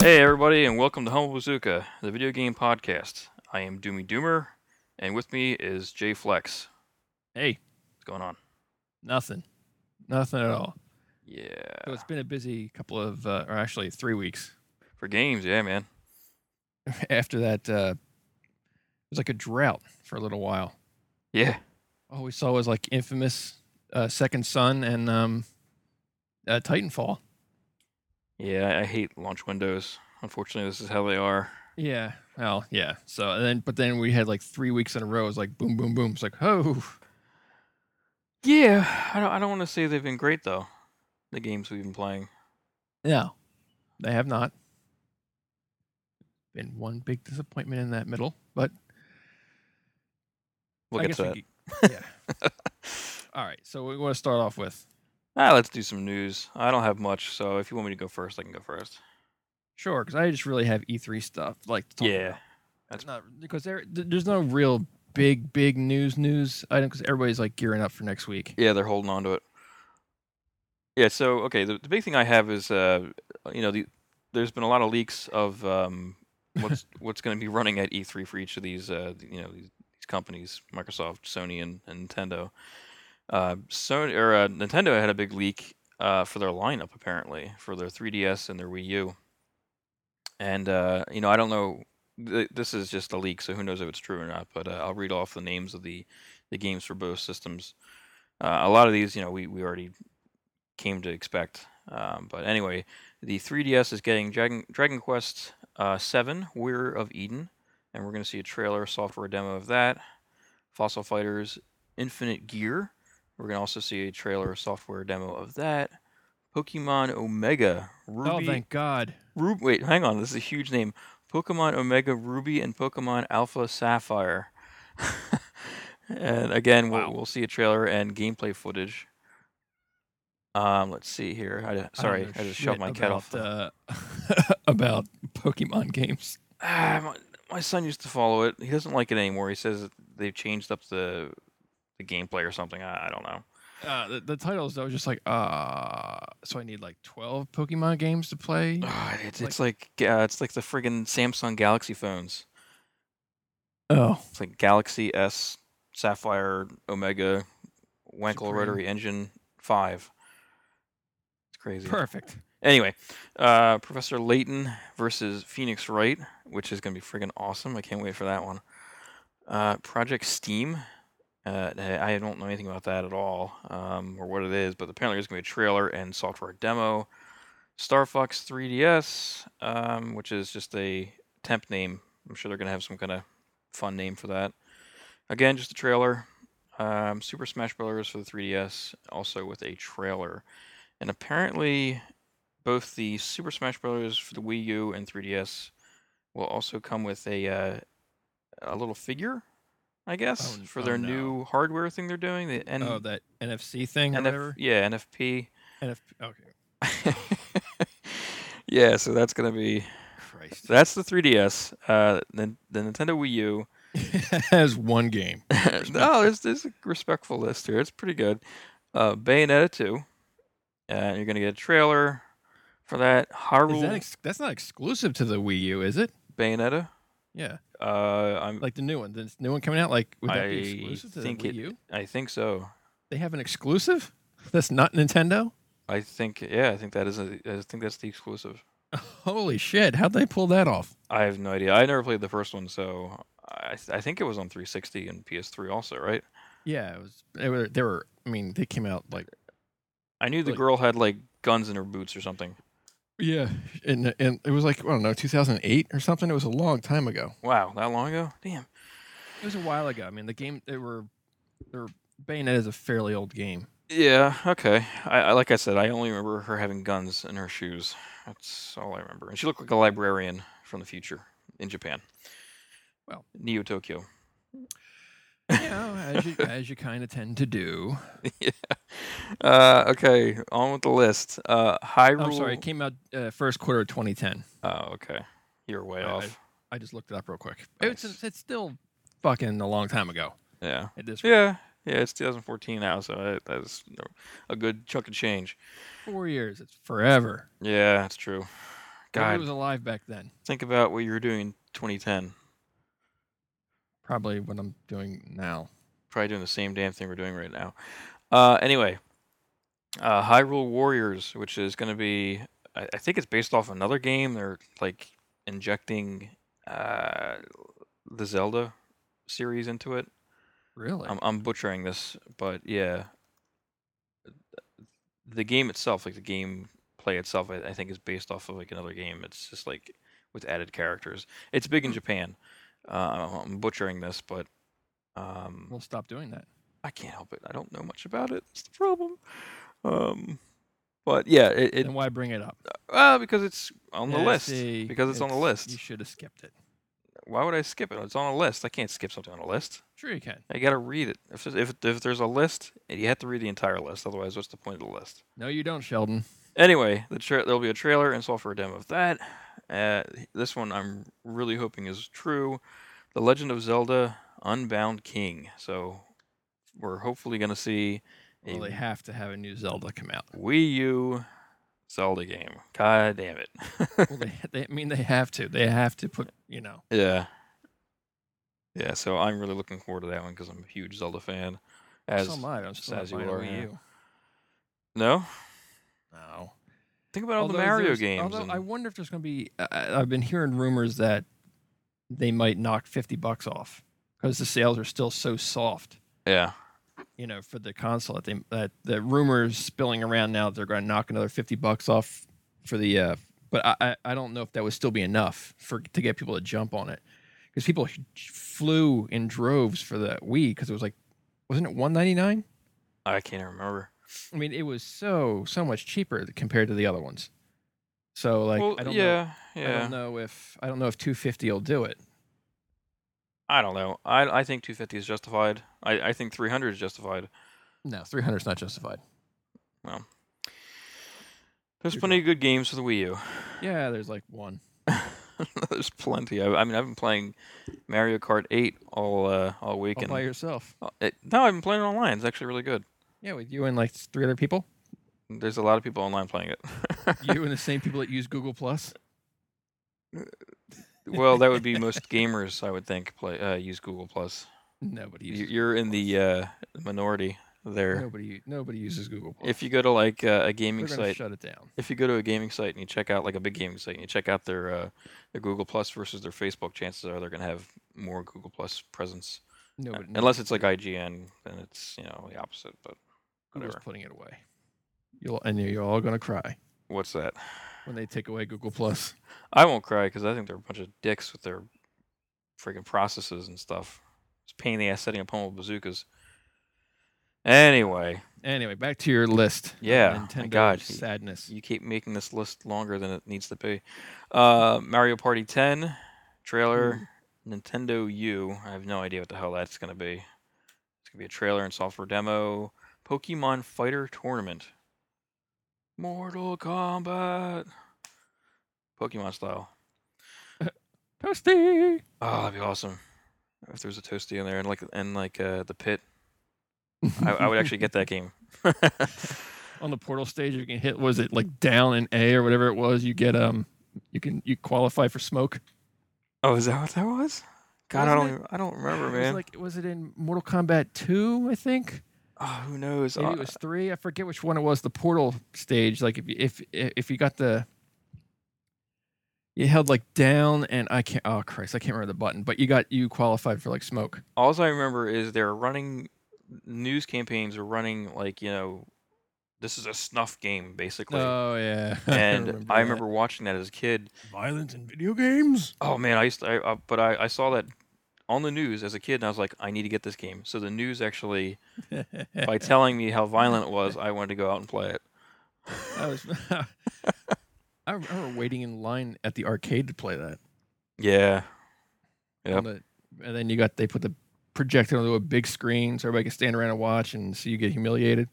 everybody, and welcome to Humble Bazooka, the video game podcast. I am Doomy Doomer, and with me is Jay Flex. Hey, What's going on? nothing, nothing at all. So Yeah. it's been a busy couple of, uh, or actually three weeks. For games, yeah, man. After that, uh, it was like a drought for a little while. Yeah. All we saw was like infamous uh, Second Son and um, uh, Titanfall. Yeah, I- I hate launch windows. Unfortunately, this is how they are. Yeah. Well, yeah. So and then, but then we had like three weeks in a row. It was like boom, boom, boom. It's like, oh, Yeah, I don't, I don't want to say they've been great, though, the games we've been playing. no, they have not. Been one big disappointment in that middle, but We'll I get guess to that. we could- yeah. All right. So we want to start off with Ah, let's do some news. I don't have much, so if you want me to go first, I can go first. Sure, because I just really have E3 stuff like to talk Yeah, about. that's- It's not because there th- there's no real big big news news item because everybody's like gearing up for next week. Yeah, they're holding on to it. Yeah, so okay, the, the big thing I have is uh, you know, the, there's been a lot of leaks of um, what's what's going to be running at E3 for each of these uh, th- you know these, these companies, Microsoft, Sony, and, and Nintendo. Uh, Sony or uh, Nintendo had a big leak uh, for their lineup apparently for their 3DS and their Wii U. And uh, you know, I don't know. Th- this is just a leak, so who knows if it's true or not. But uh, I'll read off the names of the the games for both systems. Uh, a lot of these, you know, we, we already came to expect. Um, but anyway, the 3DS is getting Dragon, Dragon Quest uh, 7, Weir of Eden, and we're going to see a trailer, software demo of that. Fossil Fighters Infinite Gear, we're going to also see a trailer, software demo of that. Pokemon Omega Ruby. Oh, thank God! Ruby. Wait, hang on. This is a huge name. Pokemon Omega Ruby and Pokemon Alpha Sapphire. and again, we'll, Wow. we'll see a trailer and gameplay footage. Um, let's see here. I, d- I don't sorry, know I just shit shoved my cat off. The, about, uh, about Pokemon games. ah, my, my son used to follow it. He doesn't like it anymore. He says that they've changed up the the gameplay or something. I, I don't know. Uh, the, the titles I was just like, uh so I need like 12 Pokemon games to play. Ah, it's, it's like uh, it's like the friggin' Samsung Galaxy phones. Oh, It's like Galaxy S Sapphire Omega Wankel Supreme. Rotary Engine 5. It's crazy. perfect. Anyway, uh, Professor Layton versus Phoenix Wright, which is going to be friggin' awesome. I can't wait for that one. Uh, Project Steam. Uh, I I don't know anything about that at all, um, or what it is, but apparently there's going to be a trailer and software demo. Star Fox 3DS, um, which is just a temp name. I'm sure they're going to have some kind of fun name for that. Again, just a trailer. Um, Super Smash Bros. for the 3DS, also with a trailer. And apparently, both the Super Smash Bros. for the Wii U and 3DS will also come with a uh, a little figure, I guess, Oh, n- for oh, their no. new hardware thing they're doing. The N- oh, that NFC thing or NF whatever. yeah, NFP. NF. Okay. yeah, so that's gonna be Christ. that's the 3DS. Uh, the, the Nintendo Wii U. As one game. no, there's there's a respectful list here. It's pretty good. Uh, Bayonetta 2. Uh, you're gonna get a trailer for that. Is Hyrule that ex- that's not exclusive to the Wii U, is it? Bayonetta. Yeah, Uh, I'm like the new one. This new one coming out. Like, would that be I exclusive to think the Wii it- U? I think so. They have an exclusive. That's not Nintendo. I I think yeah, I think that is a, I think that's the exclusive. Holy shit! How'd they pull that off? I have no idea. I never played the first one, so I I think it was on 360 and PS3 also, right? Yeah, it was. They were. They were I mean, they came out like I knew the Like- girl had like guns in her boots or something. yeah, and and it was like I don't know, 2008 or something. It was a long time ago. Wow, that long ago? Damn. It was a while ago. I mean, the game they were, they were Bayonet is a fairly old game. Yeah. Okay. I, I like I said, I only remember her having guns in her shoes. That's all I remember. And she looked like a librarian from the future in Japan. Well. Neo Tokyo. You know, as you as you kind of tend to do. yeah. Uh, okay. On with the list. Uh, Hyrule. I'm Oh, sorry. It came out uh, first quarter of 2010. Oh, okay. You're way I- I- off. I just looked it up real quick. Nice. It's it's still fucking a long time ago Yeah. at this Yeah. Yeah. It's 2014 now, so that- that's a good chunk of change. four years. It's forever. Yeah, that's true. Nobody God, was alive back then. think about what you were doing in 2010. Probably what I'm doing now. Probably doing the same damn thing we're doing right now. Uh, anyway, uh, Hyrule Warriors, which is going to be, I, I think it's based off another game. They're like injecting uh, the Zelda series into it. Really? I'm, I'm butchering this, but yeah, the game itself, like the game play itself, I, I think is based off of like another game. It's just like with added characters. It's big in Japan. Uh, I'm- I'm butchering this, but um, we'll stop doing that. I can't help it. I don't know much about it. It's the problem. Um, but yeah, it, it then why bring it up? uh, because it's on the Yeah, list. see, Because it's on the list. You should have skipped it. Why would I skip it? It's on a list. I can't skip something on a list. Sure, you can. I gotta read it. If there's- if if there's a list, you have to read the entire list. Otherwise, what's the point of the list? No, you don't, Sheldon. Anyway, the tra- there'll be a trailer and software demo of that. Uh, this one I'm really hoping is true. The Legend of Zelda: Unbound King. So we're hopefully gonna see a Well, they have to have a new Zelda come out. Wii U Zelda game. God damn it. Well, they, they I mean they have to. They have to put, you know. yeah. Yeah. So I'm really looking forward to that one because I'm a huge Zelda fan. As so am I. I'm still as not you buying a are, Wii yeah. U. no, No. think about all Although the Mario there's- games. Although and- I wonder if there's going to be. I- I, I've been hearing rumors that they might knock fifty bucks off because the sales are still so soft. yeah. You know, for the console, that they that the rumors spilling around now that they're going to knock another fifty bucks off for the. Uh, but I, I I don't know if that would still be enough for to get people to jump on it because people h- flew in droves for the Wii because it was like, wasn't it one ninety nine? I can't even remember. I mean, it was so so much cheaper compared to the other ones. So like, well, I don't know. yeah, yeah. I don't know if I don't know if 250 will do it. I don't know. I I think 250 is justified. I, I think 300 is justified. No, 300 is not justified. There's You're plenty of good games for the Wii U. Yeah, there's like one. There's plenty. I, I mean, I've been playing Mario Kart 8 all uh, all week. All and by yourself. Oh, it- no, I've been playing it online. It's actually really good. Yeah, with you and like three other people. There's a lot of people online playing it. you and the same people that use Google Plus. well, that would be most gamers, I would think, play uh, use Google Plus. Nobody You- uses. You're in the uh, minority there. Nobody. Nobody uses Google Plus. If you go to like uh, a gaming They're gonna site, shut it down. if you go to a gaming site and you check out like a big gaming site and you check out their uh, their Google Plus versus their Facebook, chances are they're going to have more Google Plus presence. Uh, Nobody. Unless it's like IGN, then it's you know the opposite. But Google's whatever. putting it away. You'll and you're all gonna cry what's that? when they take away Google Plus. I won't cry because I think they're a bunch of dicks with their freaking processes and stuff. It's a pain in the ass setting up home with bazookas. Anyway, Anyway, back to your list. of Yeah, my Nintendo God. sadness. you keep making this list longer than it needs to be. Uh, Mario Party 10 trailer, Nintendo U. I have no idea what the hell that's gonna be. It's gonna be a trailer and software demo. Pokemon Fighter Tournament, Mortal Kombat, Pokemon style. Toasty. Oh, that'd be awesome. If there's a toasty in there and like and like uh, the pit, I, I would actually get that game. on the portal stage you can hit was it like down and a or whatever it was you get um you can you qualify for smoke oh, is that what that was? God, I Wasn't don't even- I don't remember, it was man. like was it in mortal kombat 2 i think oh, who knows? maybe Uh, it was 3 i forget which one it was the portal stage like if you if if you got the you held like down and i can't oh christ i can't remember the button but you got you qualified for like smoke All I remember is they're running news campaigns are running like you know, this is a snuff game basically. oh yeah and I remember watching that as a kid. violence in video games Oh man, I used to, I, I, but I, I saw that on the news as a kid, and I was like, I need to get this game. So the news actually, by telling me how violent it was, I wanted to go out and play it. I was. I remember waiting in line at the arcade to play that. Yeah, Yep. On the- and then you got they put the projector onto a big screen so everybody could stand around and watch, and so you get humiliated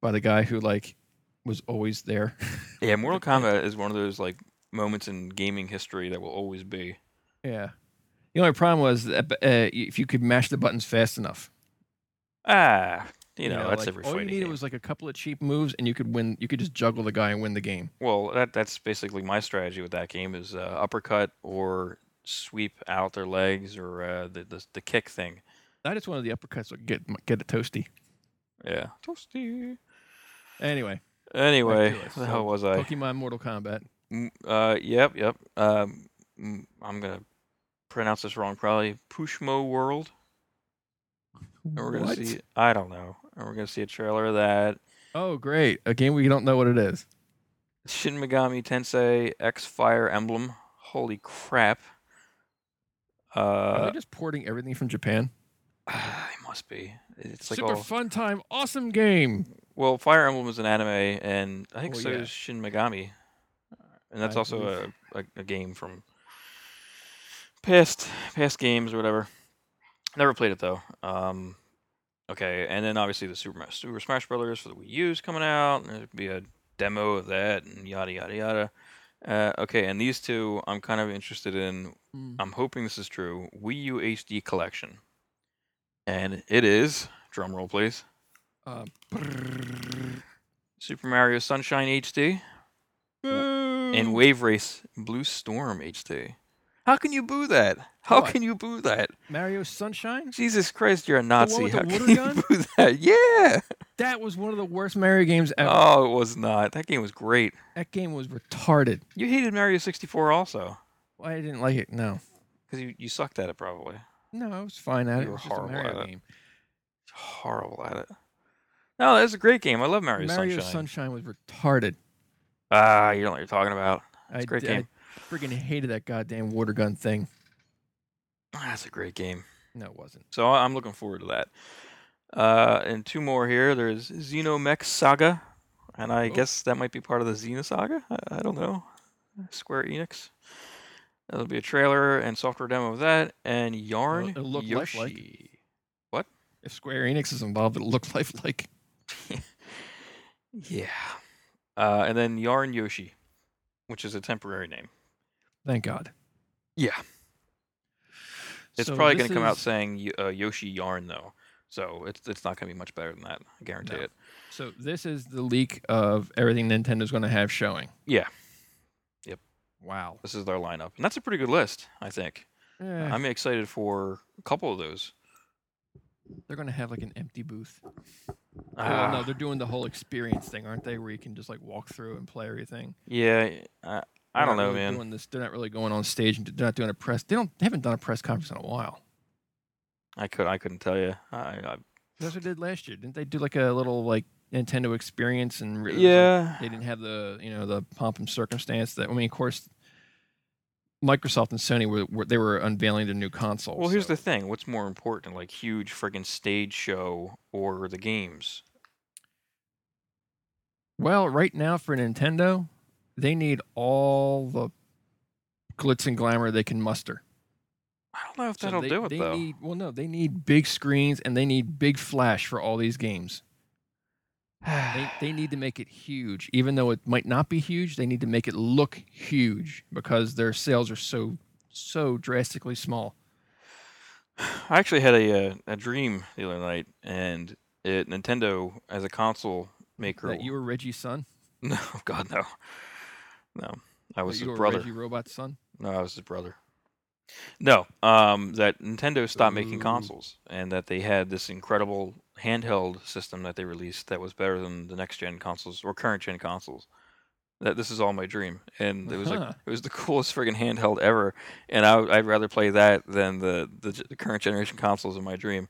by the guy who like was always there. yeah. Mortal Kombat is one of those like moments in gaming history that will always be. yeah. The only problem was that, uh, if you could mash the buttons fast enough. Ah, You know, that's like, every all you fighting needed game. was like a couple of cheap moves, and you could win. You could just juggle the guy and win the game. Well, that that's basically my strategy with that game is uh, uppercut or sweep out their legs or uh, the, the the kick thing. I just wanted the uppercuts to get get it toasty. Yeah, toasty. Anyway, Anyway, to where it, the so hell was I? Pokemon Mortal Kombat. M- Uh, yep, yep. Um, m- I'm gonna pronounce this wrong probably. Pushmo World. And we're gonna What? see. I don't know. And we're gonna see a trailer of that. Oh, great! A game we don't know what it is. Shin Megami Tensei X Fire Emblem. Holy crap. Are Uh, they just porting everything from Japan? it must be. It's like Super all. fun time, awesome game. Well, Fire Emblem is an anime, and I think Well, so Oh, yeah. is Shin Megami, and that's I also believe- a, a a game from past past games or whatever. Never played it though. Um, okay, and then obviously the Super Ma- Super Smash Brothers for the Wii U is coming out, and there'd be a demo of that, and yada yada yada. Uh, okay, and these two I'm kind of interested in. I'm hoping this is true. Wii U HD Collection, and it is. Drum roll, please. Uh, Super Mario Sunshine HD Mm. and Wave Race Blue Storm HD. How can you boo that? How What? can you boo that? Mario Sunshine. Jesus Christ, you're a Nazi. with How the can water you gun? boo that? Yeah. That was one of the worst Mario games ever. Oh, it was not. That game was great. That game was retarded. You hated Mario 64 also Why I didn't like it? No, because you, you sucked at it probably. no, I was fine You at it. were It was just a horrible Mario at it. game. Horrible at it. No, that's a great game. I love Mario, Mario Sunshine. Sunshine was retarded. ah, you don't know what you're talking about. I, a great d- I game. freaking hated that goddamn water gun thing. Ah, That's a great game. No, it wasn't. So I- I'm looking forward to that. Uh, and two more here. There's Xenomex Saga, and I Oh. guess that might be part of the Xena Saga. I, I don't know. Square Enix. There'll be a trailer and software demo of that, and Yarn it'll look Yoshi. lifelike. If Square Enix is involved, it'll look lifelike. Yeah. Uh, and then Yarn Yoshi, which is a temporary name. Thank God. Yeah. It's So probably this going to come out is- saying y- uh, Yoshi Yarn though, so it's it's not going to be much better than that. I guarantee No. it. So this is the leak of everything Nintendo's going to have showing. Yeah. Wow. This is their lineup, and that's a pretty good list, I think. Eh, I'm excited for a couple of those. they're going to have like an empty booth. well, no, Ah, they're doing the whole experience thing, aren't they? Where you can just like walk through and play everything. yeah, I, I They're don't not know, really man. Doing this, they're not really going on stage and they're not doing a press. They don't. They haven't done a press conference in a while. I could I couldn't tell you. I, I, That's what they did last year, didn't they? Do like a little like Nintendo experience and re- it was, like, yeah, they didn't have the you know the pomp and circumstance that I mean, of course, Microsoft and Sony were, were they were unveiling their new console. Well, here's so- the thing. What's more important, like huge friggin' stage show or the games? well, right now for Nintendo, they need all the glitz and glamour they can muster. I don't know if So that'll they, do it they though. Need, well, no, they need big screens and they need big flash for all these games. They, they need to make it huge, even though it might not be huge. They need to make it look huge because their sales are so so drastically small. I actually had a uh, a dream the other night, and it, Nintendo as a console maker. That you were Reggie's son. No, God, no, no. I That was you his were brother. Reggie Robot's son. No, I was his brother. No, um, that Nintendo stopped making Ooh. consoles, and that they had this incredible handheld system that they released that was better than the next gen consoles or current gen consoles. That this is all my dream, and it was like Uh-huh. it was the coolest friggin' handheld ever, and I, I'd rather play that than the, the g- the current generation consoles in my dream.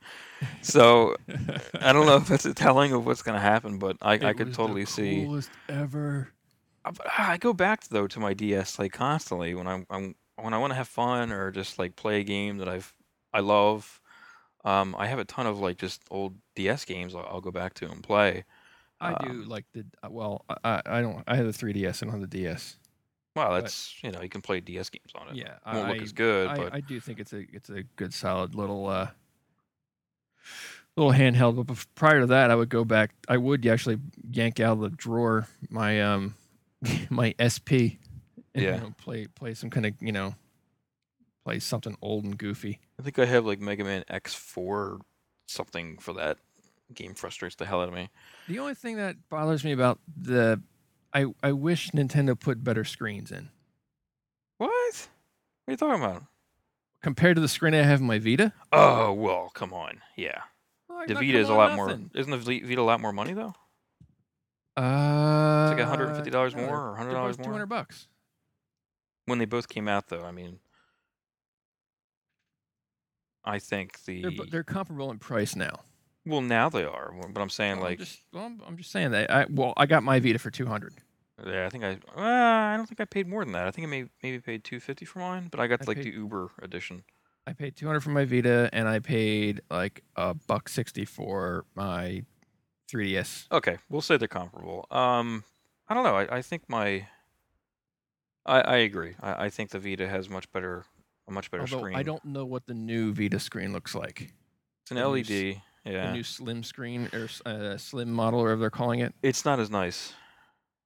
So I don't know if that's a telling of what's gonna happen, but I, I could totally see. Coolest ever. Uh, but, ah, I go back though to my DS like constantly when I'm, I'm when I want to have fun or just like play a game that I've I love. Um, I have a ton of like just old DS games I'll, I'll go back to and play. I do um, like the uh, well. I- I, I don't. I have the 3ds and on the DS. Well, But- that's you know you can play DS games on it. Yeah, It won't I, look as good, I, but I do think it's a it's a good solid little uh little handheld. But bef- prior to that, I would go back. I would actually yank out of the drawer my um my SP and Yeah. you know, play play some kind of you know play something old and goofy. I think I have like Mega Man X four something for that. game frustrates the hell out of me. The only thing that bothers me about the I I wish Nintendo put better screens in What? What are you talking about? compared to the screen I have in my Vita. Oh well, come on. Yeah, Like, the not Vita is a coming lot on more. nothing. Isn't the Vi- Vita a lot more money though? Uh, It's like hundred and fifty dollars no, they're- more or hundred Uh, they're dollars both 200 more. bucks. When they both came out though, I mean, I think the They're, bo- they're comparable in price now. well now they are, but I'm saying Well, I'm like just, well, I'm, I'm just saying that. I well, I got my Vita for 200. Yeah, I think I. Uh, I don't think I paid more than that. I think I may maybe paid two fifty for mine, but I got I like paid- the Uber edition. I paid 200 for my Vita, and I paid like a buck sixty for my 3DS. Okay, we'll say they're comparable. Um, I don't know. I, I think my. I I agree. I, I think the Vita has much better a much better Although screen. I don't know what the new Vita screen looks like. It's an the new s- LED. The Yeah, new slim screen or s- uh, slim model, or whatever they're calling it. it's not as nice.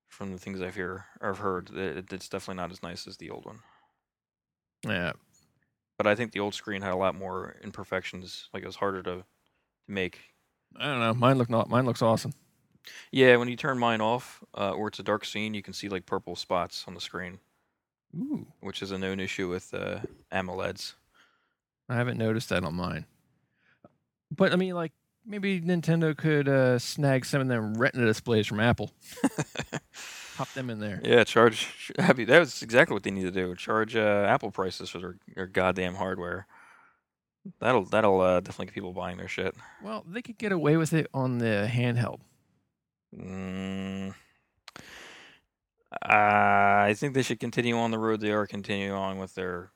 From the things I've hear or I've heard, it, it's definitely not as nice as the old one. Yeah, But I think the old screen had a lot more imperfections. Like it was harder to, to make. I don't know. Mine look not. Mine looks awesome. Yeah, when you turn mine off, uh, or it's a dark scene, you can see like purple spots on the screen. Ooh, which is a known issue with uh, AMOLEDs. I haven't noticed that on mine. But I mean, like maybe Nintendo could uh, snag some of them Retina displays from Apple, pop them in there. yeah, charge. that'd be- That was exactly what they need to do. Charge uh, Apple prices for their, their goddamn hardware. That'll that'll uh, definitely get people buying their shit. Well, they could get away with it on the handheld. Mm. I think they should continue on the road they are continuing on with their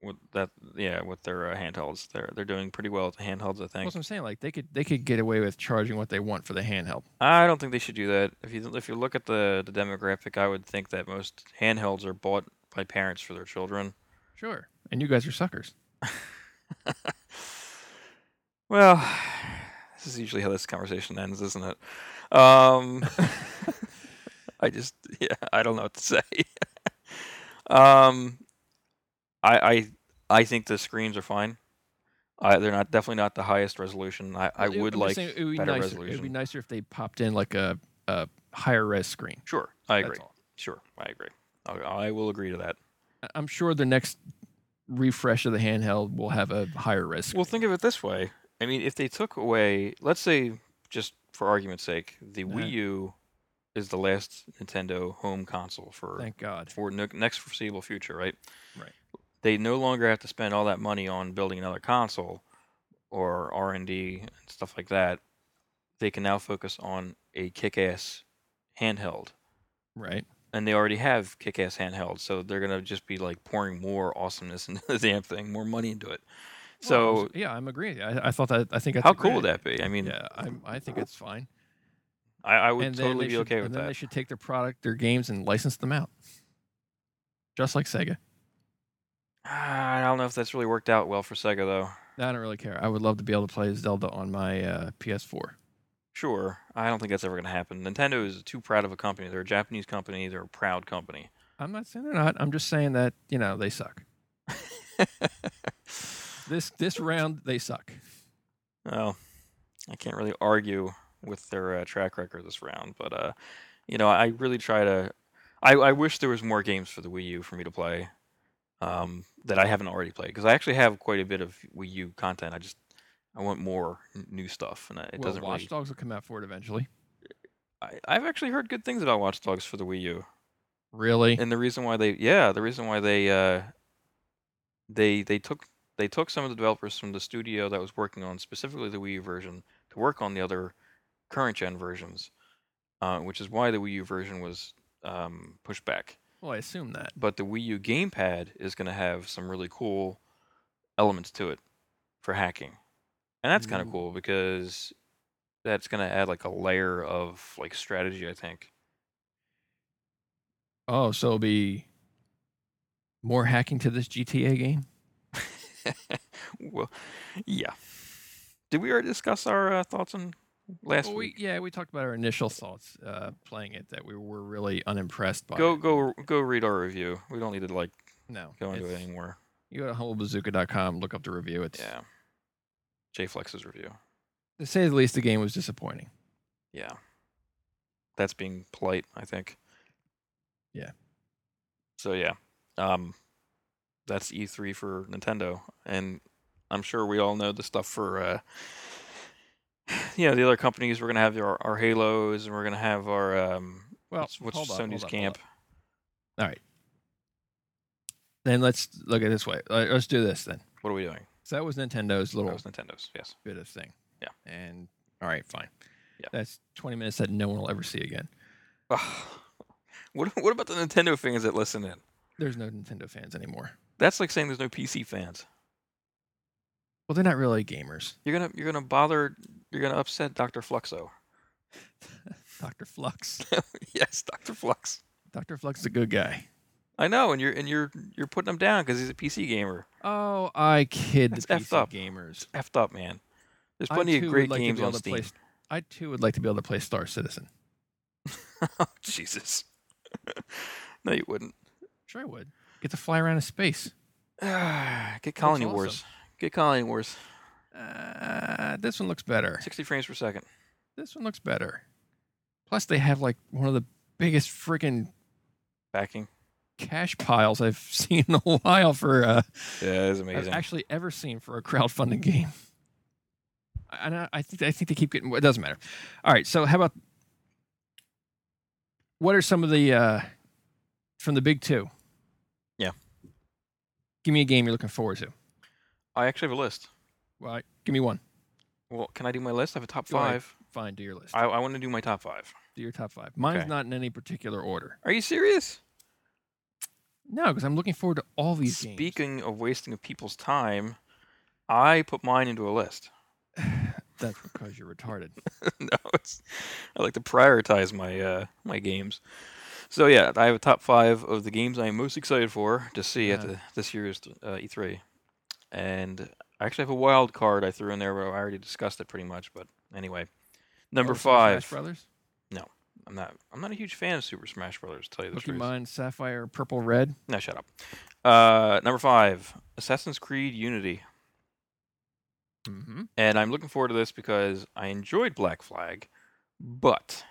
with that yeah with their uh, handhelds. They're they're doing pretty well at the handhelds. I think. That's what I'm saying. Like they could they could get away with charging what they want for the handheld. I don't think they should do that. If you if you look at the, the demographic, I would think that most handhelds are bought by parents for their children. Sure. And you guys are suckers. Well, this is usually how this conversation ends, isn't it? Um, I just yeah, I don't know what to say. um, I I I think the screens are fine. I, they're not definitely not the highest resolution. I, I It- would I'm just like saying it would be better nicer. It would be resolution. nicer if they popped in like a, a higher res screen. Sure, I That's agree. all. Sure, I agree. I, I will agree to that. I- I'm sure the next refresh of the handheld will have a higher res screen. Well, think of it this way. I mean, if they took away, let's say, just for argument's sake, the Uh-huh. Wii U is the last Nintendo home console for Thank God. for no, next foreseeable future, right? Right. They no longer have to spend all that money on building another console or R and D and stuff like that. They can now focus on a kick-ass handheld, Right. and they already have kick-ass handhelds, so they're gonna just be like pouring more awesomeness into the damn thing, more money into it. Well, I So was- yeah, I'm agreeing. I, I thought that. I think that's how a cool great would idea. that be? I mean, Yeah, I'm, I think it's fine. I, I would and then totally they be should- okay with and then They that. should take their product, their games, and license them out, just like Sega. Ah, I don't know if that's really worked out well for Sega though. I don't really care. I would love to be able to play Zelda on my uh, PS4. Sure, I don't think that's ever going to happen. Nintendo is too proud of a company. They're a Japanese company. They're a proud company. I'm not saying they're not. I'm just saying that you know they suck. This this round they suck. well, I can't really argue with their uh, track record this round, but uh, you know, I really try to. I, I wish there was more games for the Wii U for me to play um, that I haven't already played because I actually have quite a bit of Wii U content. I just I want more n- new stuff, and uh, it well, doesn't Watch really. Dogs will come out for it eventually. I, I've actually heard good things about Watch Dogs for the Wii U. Really? and the reason why they yeah the reason why they uh they they took they took some of the developers from the studio that was working on specifically the Wii U version to work on the other current gen versions, uh, which is why the Wii U version was um, pushed back. Well, I assume that. But the Wii U gamepad is going to have some really cool elements to it for hacking, and that's kind Ooh. of cool because that's going to add like a layer of like strategy. I think. Oh, so it'll be more hacking to this GTA game. well, yeah. Did we already discuss our uh, thoughts on last Well, we, week? yeah, we talked about our initial thoughts uh, playing it that we were really unimpressed by. Go it. go go read our review. We don't need to like No, go into it it's- anymore. You go to humblebazooka.com, look up the review. It's Yeah. J Flex's review. to say the least, the game was disappointing. Yeah. That's being polite, I think. Yeah. So yeah. Um that's E3 for Nintendo and I'm sure we all know the stuff for uh you know, the other companies we're going to have our, our Halos and we're going to have our um Well, what's, what's hold up, hold Sony's up, hold camp. up. Then let's look at it this way. Uh, Let's do this then. What are we doing? So that was Nintendo's That little was Nintendo's. Yes. bit of thing. Yeah. And all right, fine. Yeah. That's 20 minutes that no one will ever see again. what what about the Nintendo fans that listen in? There's no Nintendo fans anymore. That's like saying there's no PC fans. Well, they're not really gamers. You're gonna you're gonna bother. You're gonna upset Doctor Fluxo. Dr. Flux. yes, Doctor Flux. Dr. Flux is a good guy. I know, and you're and you're you're putting him down because he's a PC gamer. Oh, I kid That's the effed PC up. gamers. Effed up, man. There's I plenty too of would great like to games be on able to Steam. play- I too would like to be able to play Star Citizen. oh, Jesus. no, you wouldn't. Sure, I would. Get to fly around in space. Get Colony awesome. Wars. Get Colony Wars. Uh, this one looks better. 60 frames per second. This one looks better. Plus, they have like one of the biggest freaking Backing. cash piles I've seen in a while for uh, Yeah, it is I've amazing. actually ever seen for a crowdfunding game. I- And I, I think I think they keep getting. It doesn't matter. All right. So how about what are some of the uh, from the big two? Yeah. Give me a game you're looking forward to. I actually have a list. Well, I- give me one. Well, can I do my list? I have a top Go ahead. five. Fine. Do your list. I, I want to do my top five. do your top five. Mine's Okay. not in any particular order. Are you serious? No, because I'm looking forward to all these games. Speaking of wasting of people's time, I put mine into a list. That's because you're retarded. no, it's I like to prioritize my uh, my games. So yeah, I have a top five of the games I am most excited for to see at Yeah. the, this year's uh, E3, and I actually have a wild card I threw in there, but I already discussed it pretty much. But anyway, number Oh, Super five. Smash Brothers. I'm not I'm not a huge fan of Super Smash Brothers. To tell you the truth. Pokemon Sapphire, Purple, Red. No, shut up. Uh, number five, Assassin's Creed Unity. Mm-hmm. And I'm looking forward to this because I enjoyed Black Flag, but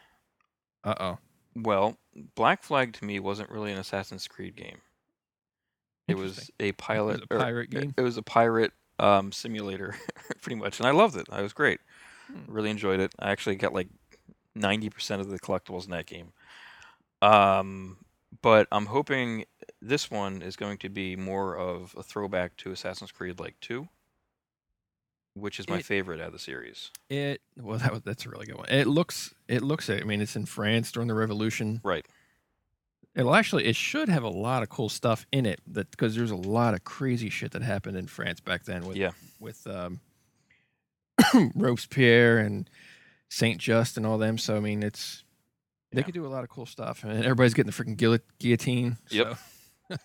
Uh oh. well, Black Flag to me wasn't really an Assassin's Creed game. It was Interesting. a pilot. a or- pirate it- game? It, was a pirate um, simulator, pretty much, and I loved it. I was great. Hmm. Really enjoyed it. I actually got like ninety percent of the collectibles in that game. Um, but I'm hoping this one is going to be more of a throwback to Assassin's Creed like two, which is my It- favorite out of the series. It well that was that's a really good one. It looks it looks it. I mean it's in France during the revolution. Right. It'll actually it should have a lot of cool stuff in it that because there's a lot of crazy shit that happened in France back then with Yeah. with um Robespierre and Saint Just and all them. So I mean it's they Yeah. could do a lot of cool stuff and everybody's getting the freaking guillot- guillotine. Yep. so.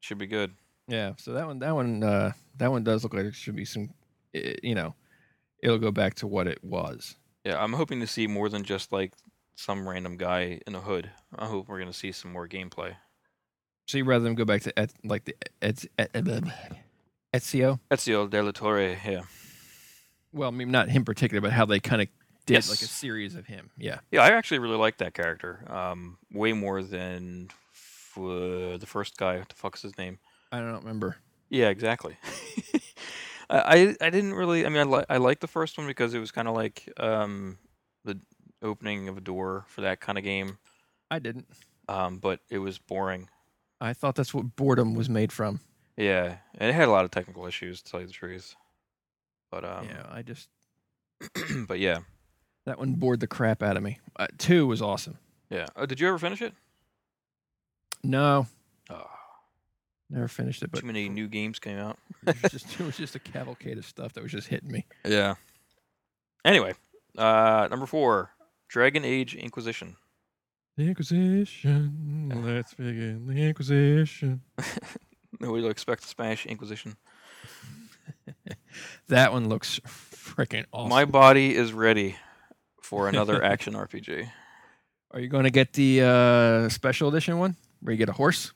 Should be good. Yeah, so that one, that one, uh, that one does look like it should be some, i you know, it'll go back to what it was. Yeah, I'm hoping to see more than just like some random guy in a hood. I hope we're gonna see some more gameplay. See, rather than go back to et, like the et, et, et, et, Ezio. Ezio de la Torre. Yeah, Well, I mean, not him particular, but how they kind of did like Yes. a series of him. Yeah, yeah. I actually really like that character. Um, way more than f- uh, the first guy. What the fuck's his name? I don't remember. Yeah, exactly. I I I didn't really. I mean, I li- I like the first one because it was kind of like um the opening of a door for that kind of game. I didn't. Um, but it was boring. I thought that's what boredom was made from. Yeah, and it had a lot of technical issues to tell you the truth. But um, yeah, I just but yeah. that one bored the crap out of me. Uh, two was awesome. Yeah. Oh, did you ever finish it? No, Oh, never finished it, but too many new games came out. it was just it was just a cavalcade of stuff that was just hitting me. Yeah. Anyway, uh, number four, Dragon Age Inquisition. The Inquisition. Let's begin the Inquisition. Nobody would expect to smash Inquisition. That one looks freaking awesome. My body is ready for another action RPG. Are you going to get the uh, special edition one where you get a horse?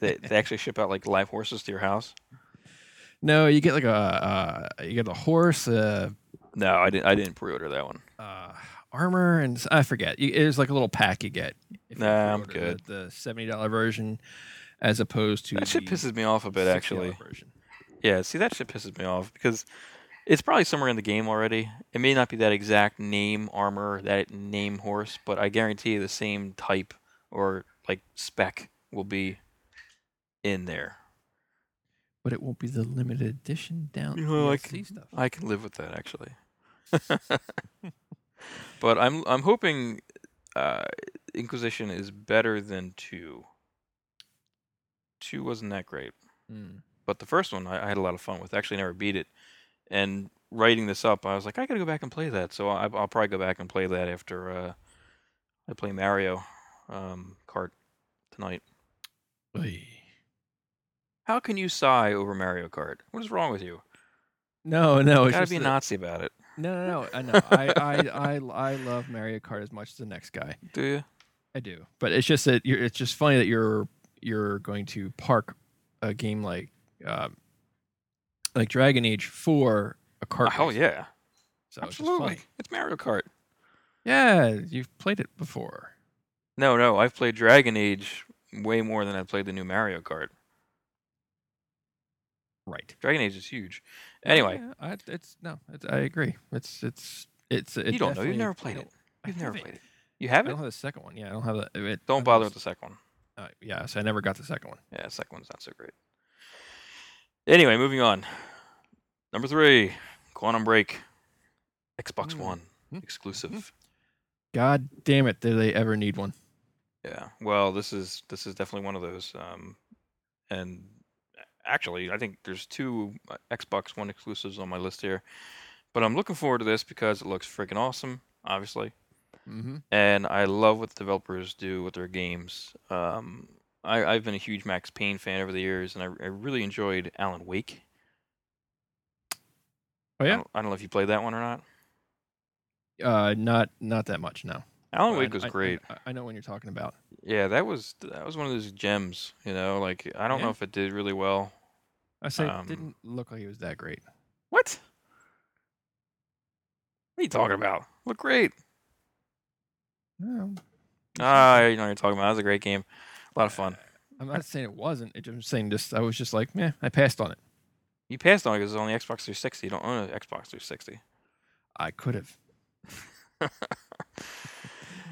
They, they actually ship out like live horses to your house. No, you get like a uh, you get a horse, uh, No, I didn't. I didn't pre-order that one. uh, armor, and s- I forget. You- It's like a little pack you get. if you Nah, I'm pre-order The, the seventy dollar version, as opposed to That shit the pisses me off a bit, $60 actually. version. Yeah, see, that shit pisses me off because it's probably somewhere in the game already. It may not be that exact name armor, that name horse, but I guarantee you the same type or like spec will be in there. But it won't be the limited edition down You know, like- DLC stuff. I can live with that actually. but I'm I'm hoping uh, Inquisition is better than two. Two wasn't that great. Mm. but the first one I, I had a lot of fun with. Actually, never beat it. And writing this up, I was like, I gotta go back and play that. So I, I'll probably go back and play that after uh, I play Mario um, Kart tonight. Oy. How can you sigh over Mario Kart? What is wrong with you? No, no, it's gotta just be a that- Nazi about it, No, no, no. I know. I, I, I, I love Mario Kart as much as the next guy. do you? I do, but it's just that you're, it's just funny that you're you're going to park a game like um, like Dragon Age for a kart. oh race. yeah, So it's just funny. absolutely. It's Mario Kart. Yeah, you've played it before. No, no, I've played Dragon Age way more than I've played the new Mario Kart. Right. Dragon Age is huge. Anyway, Yeah, I, it's no, it's, I agree. It's it's it's. It you don't know. You've definitely- never played I it. don't- I You've never haven't. played it. You I don't haven't? have the second one. Yeah, I don't have the. It, Don't bother with the second one. Uh, yeah, so I never got the second one. Yeah, second one's not so great. Anyway, moving on. Number three, Quantum Break, Xbox Mm. One Mhm. exclusive. God damn it! Do they ever need one? Yeah. Well, this is this is definitely one of those. Um, and actually, I think there's two uh, Xbox One exclusives on my list here, but I'm looking forward to this because it looks freaking awesome. Obviously, Mm-hmm. and I love what the developers do with their games. Um, I, I've been a huge Max Payne fan over the years, and I, I really enjoyed Alan Wake. I Oh yeah. don't, I don't know if you played that one or not. Uh, not not that much. No. Alan But I- Wake was I- I- great. I, I know when you're talking about. yeah, that was that was one of those gems. You know, like I don't know Yeah. if it did really well. I say Um, it didn't look like it was that great. What? What are you talking about? Look great. No, Ah, you know what you're talking about. That was a great game. A lot of fun. I'm not saying it wasn't. It- I'm saying just I was just like, meh, I passed on it. You passed on it because it's only Xbox 360. You don't own an Xbox 360. I could have.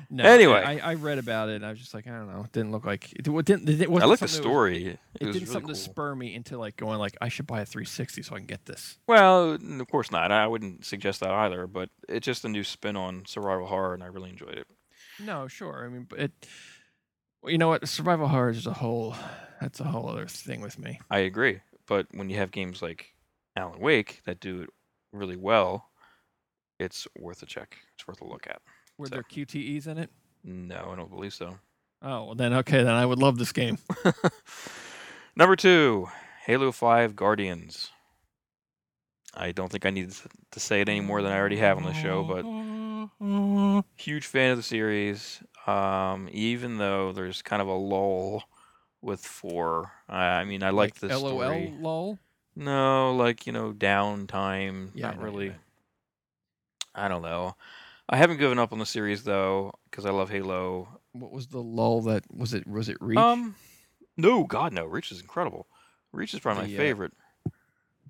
No, Anyway. I, I read about it. and I was just like, I don't know. It didn't look like it. wa- didn't. It I wasn't like the something that was- story. It, it was didn't really something cool. to spur me into like going like I should buy a 360 so I can get this. Well, n- of course not. I wouldn't suggest that either. But it's just a new spin on survival horror, and I really enjoyed it. No, sure. I mean, but it. well, You know what? Survival horror is a whole. That's a whole other thing with me. I agree. But when you have games like Alan Wake that do it really well, it's worth a check. It's worth a look at. Were So- there QTEs in it? No, I don't believe so. Oh, well then okay, then I would love this game. Number two, Halo 5 Guardians. I don't think I need s- to say it any more than I already have on the show, but but huge fan of the series. Um, even though there's kind of a lull with four. I I mean, I like, this LOL story. lol. No, like, you know, downtime. Yeah, I not know what you really. meant. I don't know. I haven't given up on the series though, because I love Halo. What was the lull that was it? Was it Reach? Um, no, God, no. Reach is incredible. Reach is probably my The, uh, favorite.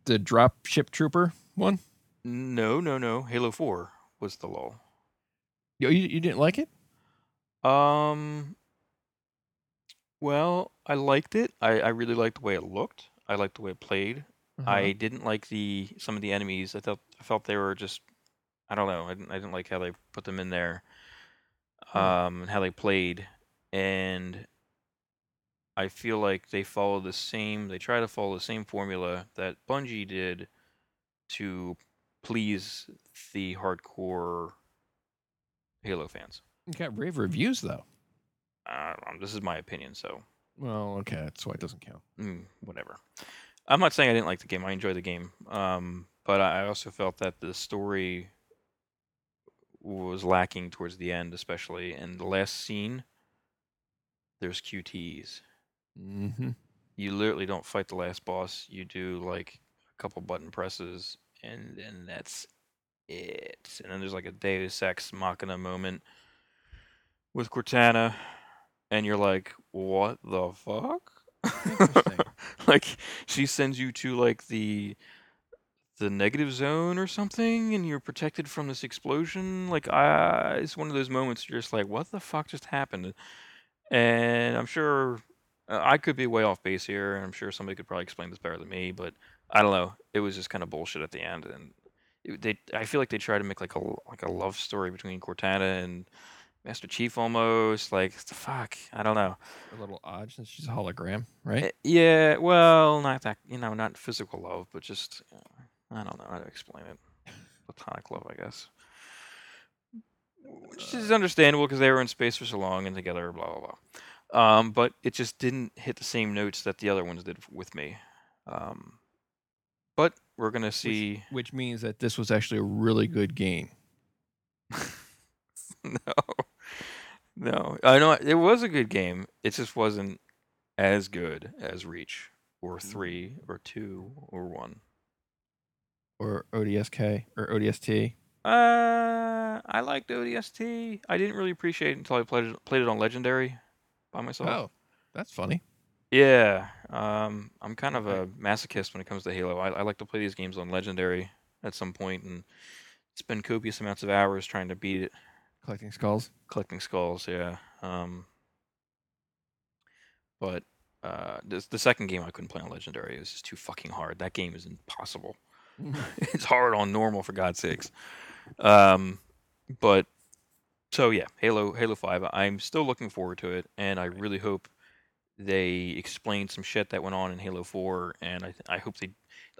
the drop ship trooper one. No, no, no. Halo Four was the lull. You, you, you didn't like it? Um, well, I liked it. I, I really liked the way it looked. I liked the way it played. Uh-huh. I didn't like the some of the enemies. I felt I felt they were just I don't know. I didn't, I didn't like how they put them in there, Hmm. um, and how they played, and I feel like they follow the same. They try to follow the same formula that Bungie did to please the hardcore Halo fans. It got rave reviews though. I don't know, Uh, um, this is my opinion, so Well, okay, that's why it doesn't count. mm, whatever. I'm not saying I didn't like the game. I enjoyed the game, um, but I I also felt that the story was lacking towards the end, especially in the last scene. There's QTEs. Mm-hmm. You literally don't fight the last boss. You do like couple button presses, and then that's it. And then there's like a Deus Ex Machina moment with Cortana, and you're like, what the Interesting. fuck? like she sends you to like the the negative zone or something and you're protected from this explosion like I, it's one of those moments you're just like what the fuck just happened and i'm sure uh, i could be way off base here and i'm sure somebody could probably explain this better than me but i don't know it was just kind of bullshit at the end and it, they i feel like they tried to make like a l- like a love story between cortana and master chief almost like fuck i don't know A little odd since she's a hologram, right? Eh, Yeah, well, not that you know, not physical love, but just uh, I don't know how to explain it. Platonic love, I guess. Which is understandable because they were in space for so long and together, blah blah blah. Um, but it just didn't hit the same notes that the other ones did with me. Um, but we're gonna see. Which means that this was actually a really good game. no, no, I know it was a good game. It just wasn't as good as Reach or Three or Two or One. Or ODSK or ODST. Uh, I liked ODST. I didn't really appreciate it until I played it, played it on Legendary by myself. Oh, that's funny. Yeah. Um, I'm kind of a Okay. masochist when it comes to Halo. I, I like to play these games on Legendary at some point and spend copious amounts of hours trying to beat it, Collecting skulls. collecting skulls. Yeah. Um, but uh, this, the second game I couldn't play on Legendary. It was just too fucking hard. That game is impossible. it's hard on normal for God's sakes. Um, but so yeah, Halo Halo Five. I'm still looking forward to it, and I really hope they explain some shit that went on in Halo Four, and I I hope they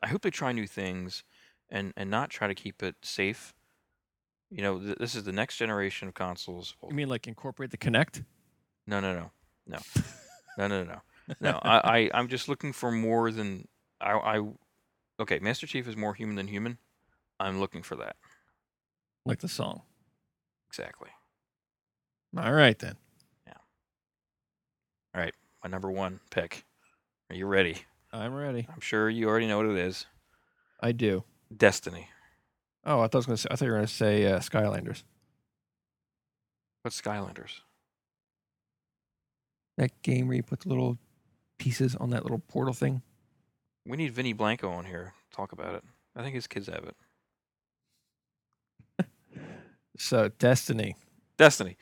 I hope they try new things, and and not try to keep it safe. You know, th- this is the next generation of consoles. Well, you mean like incorporate the Connect? no, no, no, no, no, no, no, no. I, I I'm just looking for more than I I. Okay, Master Chief is more human than human. I'm looking for that. Like the song. Exactly. All right then. My number one pick. Are you ready? I'm ready. I'm sure you already know what it is. I do. Destiny. Oh, I thought I was gonna say. I thought you were gonna say uh, Skylanders. What's Skylanders? That game where you put the little pieces on that little portal thing. We need Vinny Blanco on here to talk about it. I think his kids have it. So Destiny. Destiny.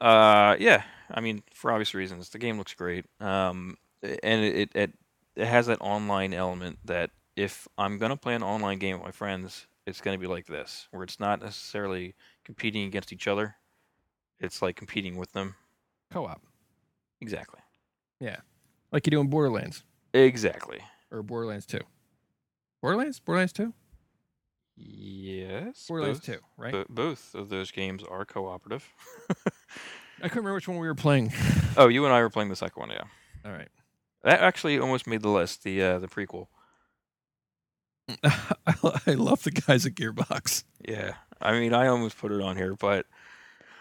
Uh, yeah. I mean, for obvious reasons, the game looks great. Um, a- and it it, it has that online element that if I'm gonna play an online game with my friends, it's gonna be like this, where it's not necessarily competing against each other. It's like competing with them. Co-op. Exactly. Like you do in Borderlands Exactly. or Borderlands Two. Borderlands. Borderlands Two. Yes. Borderlands both. Two. Right. Bo- both of those games are cooperative. I couldn't remember which one we were playing. oh, you and I were playing the second one, yeah. All right. That actually almost made the list, the uh, the prequel. I, lo- I love the guys at Gearbox. Yeah. I mean, I almost put it on here, but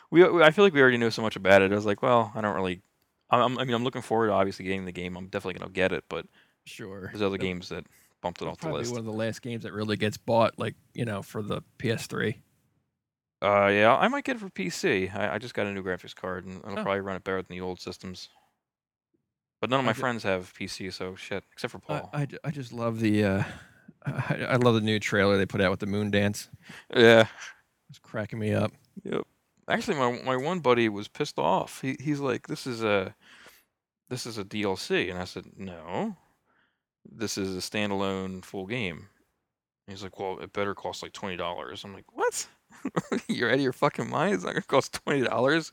we, we I feel like we already know so much about it. I was like, well, I don't really I, I'm, I mean, I'm looking forward to obviously getting the game. I'm definitely going to get it, but Sure. there's other It'll games that bumped it off the probably be list. one of the last games that really gets bought, like you know, for the PS3. Uh, yeah, I might get it for PC. I, I just got a new graphics card, and it'll Oh. probably run it better than the old systems. But none of I my ju- friends have PC, so shit, except for I, Paul. I, ju- I just love the uh, I, I love the new trailer they put out with the moon dance. yeah. It's cracking me up. Yep. Actually, my my one buddy was pissed off. He he's like, "This is a this is a DLC," and I said, "No, this is a standalone full game." And he's like, "Well, it better cost like twenty dollars." I'm like, "What? You're out of your fucking mind? It's not gonna cost twenty dollars.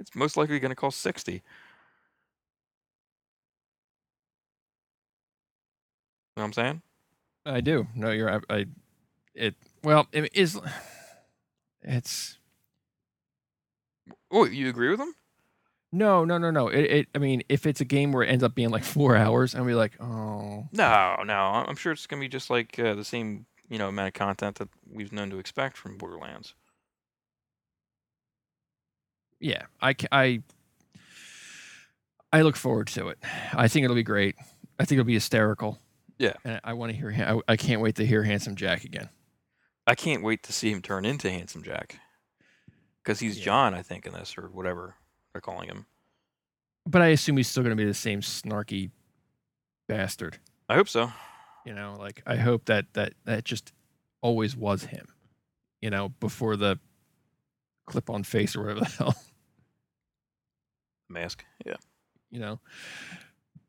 It's most likely gonna cost sixty. You know what I'm saying? I do. No, you're. I, I it well it is. It's Oh, you agree with him? no no no no. It, it I mean if it's a game where it ends up being like four hours and we're like oh No, no. I- I'm sure it's gonna be just like uh, the same, you know, amount of content that we've known to expect from Borderlands. yeah I ca- I I look forward to it. I think it'll be great. I think it'll be hysterical. Yeah. and I want to hear. Han- I, I can't wait to hear Handsome Jack again. I can't wait to see him turn into Handsome Jack, because he's Yeah. John, I think, in this or whatever they're calling him. But I assume he's still going to be the same snarky bastard. I hope so. You know, like I hope that that that just always was him. You know, before the clip-on face or whatever the hell. Mask. Yeah. You know,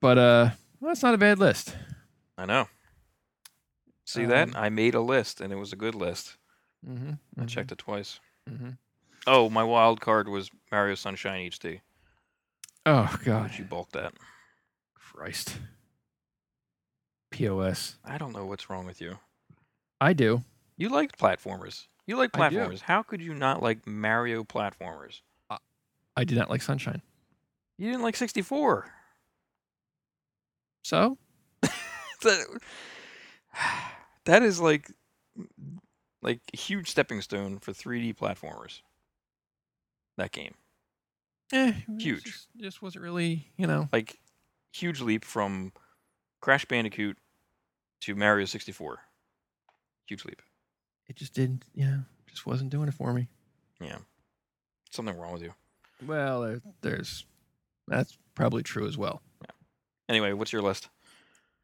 but uh, well, that's not a bad list. I know. See that? Um, I made a list and it was a good list. Mm-hmm, I checked it twice. hmm Oh, my wild card was Mario Sunshine HD. Oh God, Would you balked at? Christ. Pos. I don't know what's wrong with you. I do. You like platformers. You like I do. platformers. How could you not like Mario platformers? I did not like Sunshine. You didn't like 64. So That- that is like like a huge stepping stone for 3D platformers. That game. Eh, it was Huge. Just, just wasn't really, you know. Like huge leap from Crash Bandicoot to Mario 64. Huge leap. It just didn't, you know, just wasn't doing it for me. Something wrong with you. Well, there, there's that's probably true as well. Anyway, what's your list?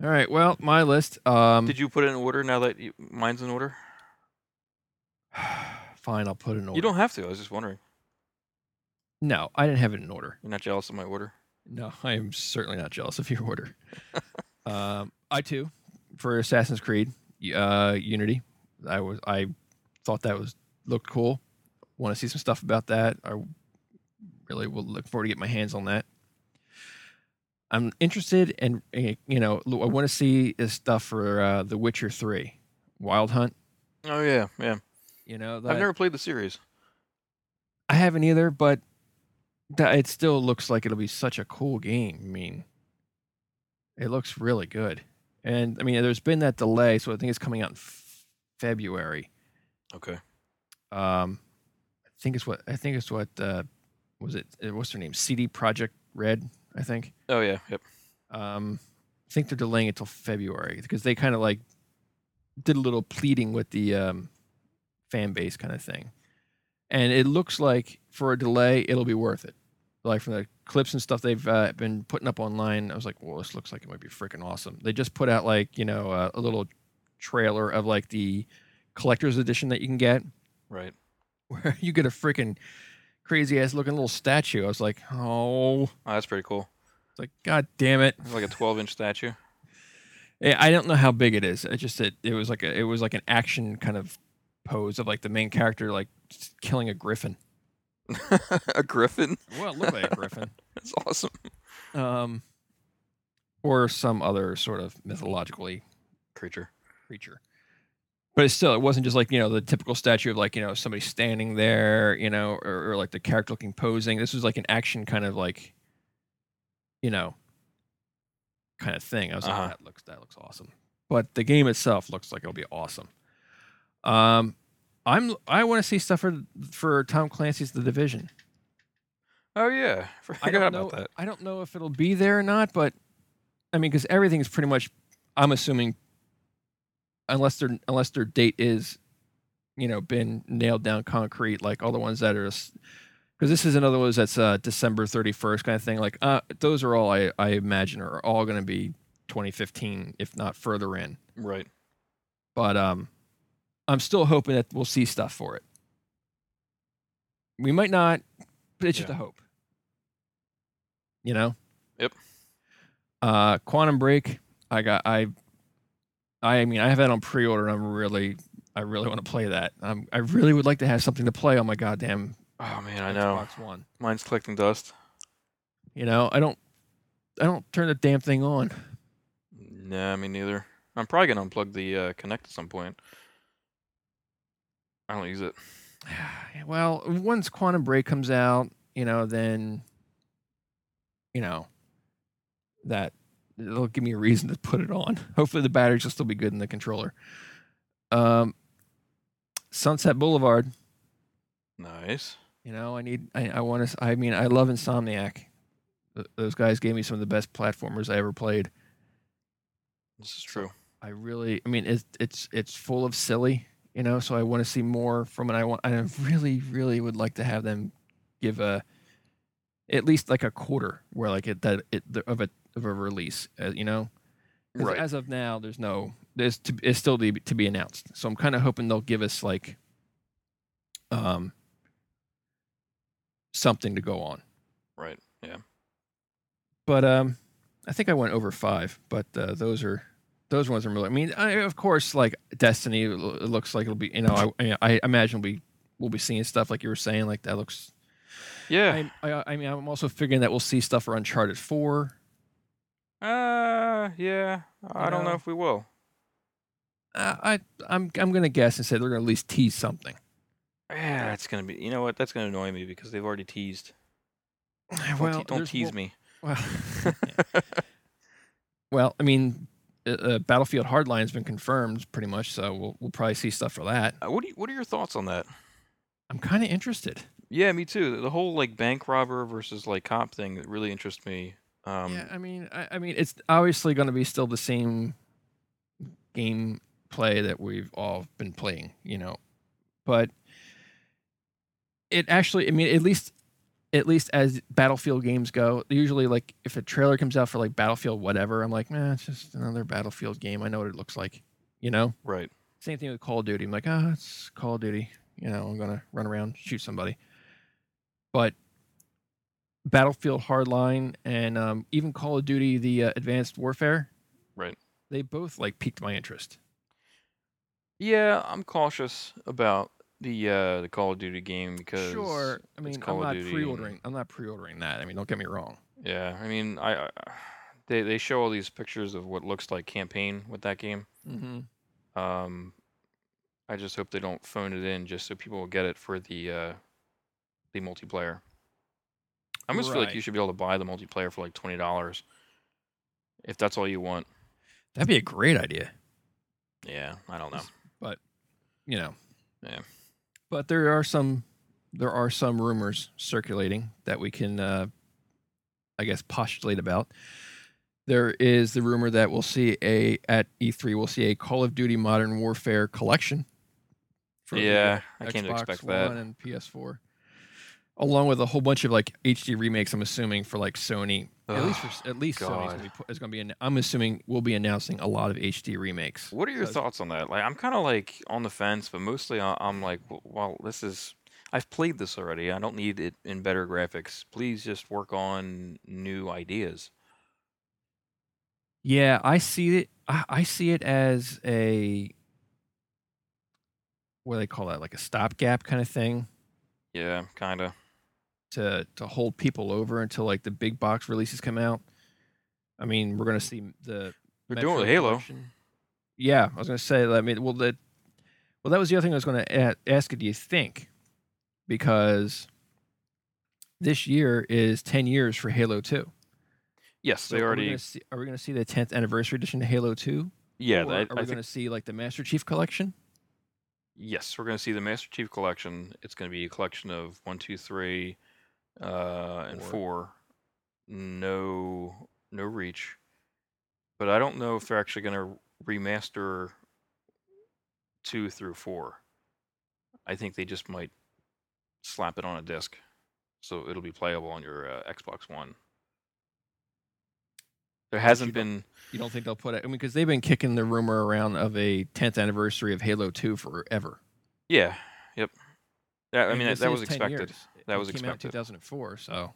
All right. Well, my list. Um, Did you put it in order now that you, mine's in order? fine. I'll put it in order. You don't have to. I was just wondering. No, I didn't have it in order. You're not jealous of my order? No, I am certainly not jealous of your order. um, I too, for Assassin's Creed y- uh, Unity, I was I thought that was looked cool. Want to see some stuff about that? I really will look forward to get my hands on that. I'm interested and in, you know lo- I want to see is stuff for uh, The Witcher Three, Wild Hunt. Oh yeah, yeah. You know, I've that- never played the series. I haven't either, but that it still looks like it'll be such a cool game. I mean, it looks really good, and I mean, there's been that delay, so I think it's coming out in f- February. Okay. Um, I think it's what I think it's what uh, was it? uh, What's their name? CD Project Red, I think. Oh yeah, yep. Um, I think they're delaying it till February because they kind of like did a little pleading with the um, fan base kind of thing. And it looks like for a delay, it'll be worth it. Like from the clips and stuff they've uh, been putting up online, I was like, "Well, this looks like it might be freaking awesome." They just put out like you know uh, a little trailer of like the collector's edition that you can get, Right. where you get a freaking crazy ass looking little statue. I was like, Oh, "Oh," that's pretty cool. it's like, "God damn it!" It's like a 12-inch statue. Yeah, Eh, I don't know how big it is. It just it, it was like a it was like an action kind of pose of like the main character like s- killing a griffin. a griffin. Well, it looked like a griffin, That's awesome. um, or some other sort of mythologically Creature. creature. But it's still, it wasn't just like you know the typical statue of like you know somebody standing there, you know, or, or like the character looking posing. This was like an action kind of like, you know, kind of thing. I was Uh-huh. like, that looks that looks awesome. But the game itself looks like it'll be awesome. Um, I'm I want to see stuff for for Tom Clancy's The Division. Oh yeah. I Forgot don't know. about that. I don't know if it'll be there or not, but I mean, because everything's pretty much, I'm assuming, unless their unless their date is, you know, been nailed down concrete, like all the ones that are, because this is another one that's uh, December 31st kind of thing. Like uh, those are all I I imagine are all going to be 2015, if not further in. Right. But um, I'm still hoping that we'll see stuff for it. We might not, but it's just Yeah. a hope. You know. Yep. Uh, Quantum Break. I got. I. I mean, I have that on pre-order. And I'm really. I really want to play that. Um, I really would like to have something to play on my goddamn Oh man, I know. Xbox One. Mine's collecting dust. You know, I don't. I don't turn the damn thing on. Nah, me neither. I'm probably gonna unplug the uh, connect at some point. I don't use it. well, once Quantum Break comes out, you know, then, you know, that it'll give me a reason to put it on. Hopefully, the batteries will still be good in the controller. Um, Sunset Boulevard. Nice. You know, I need. I, I want to. I mean, I love Insomniac. Th- Those guys gave me some of the best platformers I ever played. This is true. I really, I mean, it's it's it's full of silly, you know. So I want to see more from it. I want, I really, really would like to have them give a at least like a quarter where like it that it the, of a of a release, uh, you know. 'Cause Right. As of now, there's no there's to, it's still to be, to be announced. So I'm kind of hoping they'll give us like um something to go on. Right. Yeah. but um, I think I went over five. But uh, those are those ones are really. I mean, I, of course, like Destiny, it lo- it looks like it'll be. You know, I I imagine we we'll be seeing stuff like you were saying. Like that looks. Yeah. I, I I mean, I'm also figuring that we'll see stuff for Uncharted Four. uh. Yeah. I don't know know. if we will. Uh, I I'm I'm gonna guess and say they're gonna at least tease something. Yeah. It's gonna be. You know what? That's gonna annoy me because they've already teased. Don't, Well, te- don't there's- tease well- me. Uh, Well, well, I mean, uh, uh, Battlefield Hardline's been confirmed pretty much, so we'll we'll probably see stuff for that. Uh, what do you, What are your thoughts on that? I'm kind of interested. Yeah, me too. The- The whole like bank robber versus like cop thing that really interests me. Um, yeah, I mean, I, I mean, it's obviously going to be still the same game play that we've all been playing, you know. But it actually, I mean, at least, at least as Battlefield games go, usually like if a trailer comes out for like Battlefield whatever, I'm like, man, it's just another Battlefield game. I know what it looks like, you know. Right. Same thing with Call of Duty. I'm like, ah, it's Call of Duty. You know, I'm gonna run around shoot somebody. But Battlefield Hardline and um, even Call of Duty: The uh, Advanced Warfare, Right. They both like piqued my interest. Yeah, I'm cautious about the uh the Call of Duty game because Sure, I mean, Call I'm of not Duty and- pre-ordering. I'm not pre-ordering that. I mean, don't get me wrong. Yeah, I mean, I, I they they show all these pictures of what looks like campaign with that game. Mm-hmm. Um, I just hope they don't phone it in just so people will get it for the uh the multiplayer. I almost feel like you Right. should be able to buy the multiplayer for like twenty dollars if that's all you want. That'd be a great idea. Yeah, I don't know. You know. Yeah. But there are some, there are some rumors circulating that we can, uh, I guess, postulate about. There is the rumor that we'll see a at E3 we'll see a Call of Duty Modern Warfare collection. the, uh, yeah, I can't Xbox expect One that. and PS4, along with a whole bunch of like HD remakes. I'm assuming for like Sony, at least Ugh, for, at least Sony's God. gonna be, pu- is going to be. an- I'm assuming we'll be announcing a lot of HD remakes. What are your does- thoughts on that? Like, I'm kind of like on the fence, but mostly I- I'm like, "W- well, this is. I've played this already. I don't need it in better graphics. Please just work on new ideas. Yeah, I see it. I, I see it as a what do they call that? Like a stopgap kind of thing Yeah, kind of. to to hold people over until like the big box releases come out. I mean, we're gonna see the They're doing it with Metroid Halo. collection. Yeah, I was gonna say. I mean, well, that well, that was the other thing I was gonna a- ask. you, Do you think because this year is ten years for Halo Two? Yes, they are we already. gonna see, are we gonna see the tenth anniversary edition of Halo Two? Yeah, that, Or are we I think. going to see like the Master Chief Collection? Yes, we're gonna see the Master Chief Collection. It's gonna be a collection of one, two, three, uh, and Four. four. No, no reach. But I don't know if they're actually gonna remaster two through four. I think they just might slap it on a disc, so it'll be playable on your uh, Xbox One. There hasn't you don't- been. You don't think they'll put it? I mean, because they've been kicking the rumor around of a 10th anniversary of Halo 2 forever. Yeah. Yep. That, I mean, this that, that is was 10 expected. years. It- That it was came expected. Out in 2004, so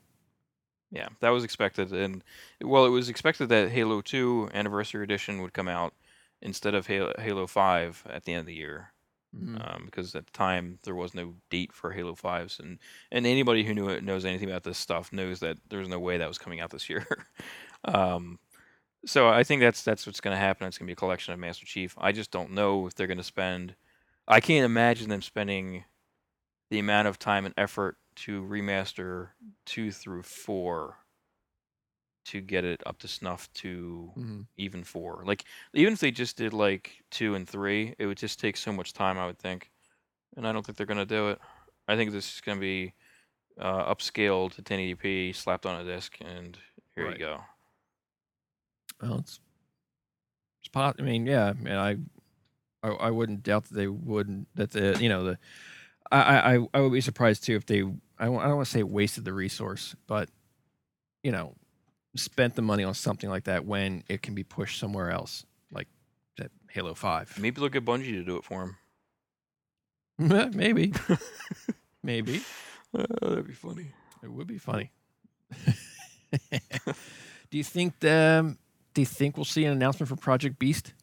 Yeah, that was expected, and well, it was expected that Halo Two Anniversary Edition would come out instead of Halo, Halo Five at the end of the year, mhm. um, because at the time there was no date for Halo Fives, and and anybody who knew knows anything about this stuff knows that there's no way that was coming out this year. um, so I think that's that's what's going to happen. It's going to be a collection of Master Chief. I just don't know if they're going to spend. I can't imagine them spending the amount of time and effort to remaster two through four to get it up to snuff to Mhm. even four. Like even if they just did like two and three, it would just take so much time, I would think. And I don't think they're gonna do it. I think this is gonna be uh, upscaled to 1080p, slapped on a disc, and here Right. you go. Well, it's It's po- I mean, yeah, man, I, I, I wouldn't doubt that they wouldn't. That the you know the, I, I- I, I would be surprised too if they. I don't, I don't want to say wasted the resource, but, you know, spent the money on something like that when it can be pushed somewhere else, like that Halo Five. Maybe they'll get Bungie to do it for him. Maybe, maybe that'd be funny. it would be funny. do you think the? Do you think we'll see an announcement for Project Beast?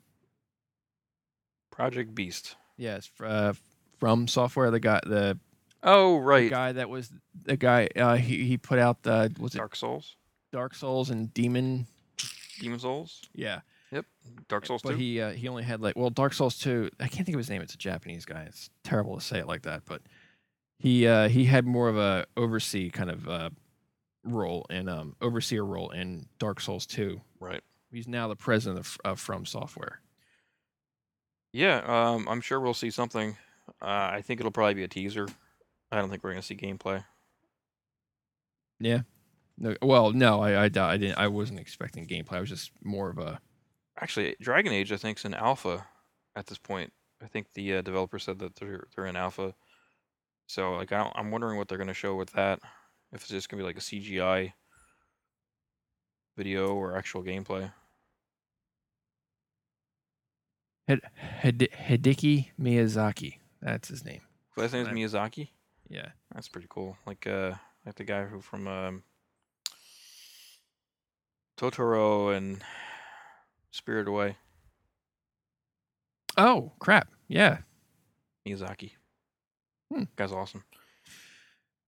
Project Beast. Yes, fr- uh, from software the guy the Oh the right, guy that was the guy uh, he he put out the was it Dark Souls, Dark Souls and Demon Demon Souls, yeah Dark Souls but Two. he uh, he only had like well Dark Souls two I can't think of his name it's a Japanese guy it's terrible to say it like that but he uh, he had more of a oversee kind of uh, role and um, overseer role in Dark Souls two Right. he's now the president of, of From Software Yeah, um, I'm sure we'll see something. Uh, I think it'll probably be a teaser. I don't think we're gonna see gameplay. no, well no I I doubt- I didn't I wasn't expecting gameplay I was just more of a Actually, Dragon Age I think's in alpha at this point. I think the uh, developer said that they're they're in alpha. So like I don't, I'm wondering what they're gonna show with that. If it's just gonna be like a CGI video or actual gameplay. Hid- Hid- Hideki Miyazaki. That's his name. Last name is Right. Miyazaki. Yeah. That's pretty cool. Like uh like the guy who from um Totoro and Spirit Away, Oh crap. Yeah. Miyazaki. Hmm. Guy's awesome.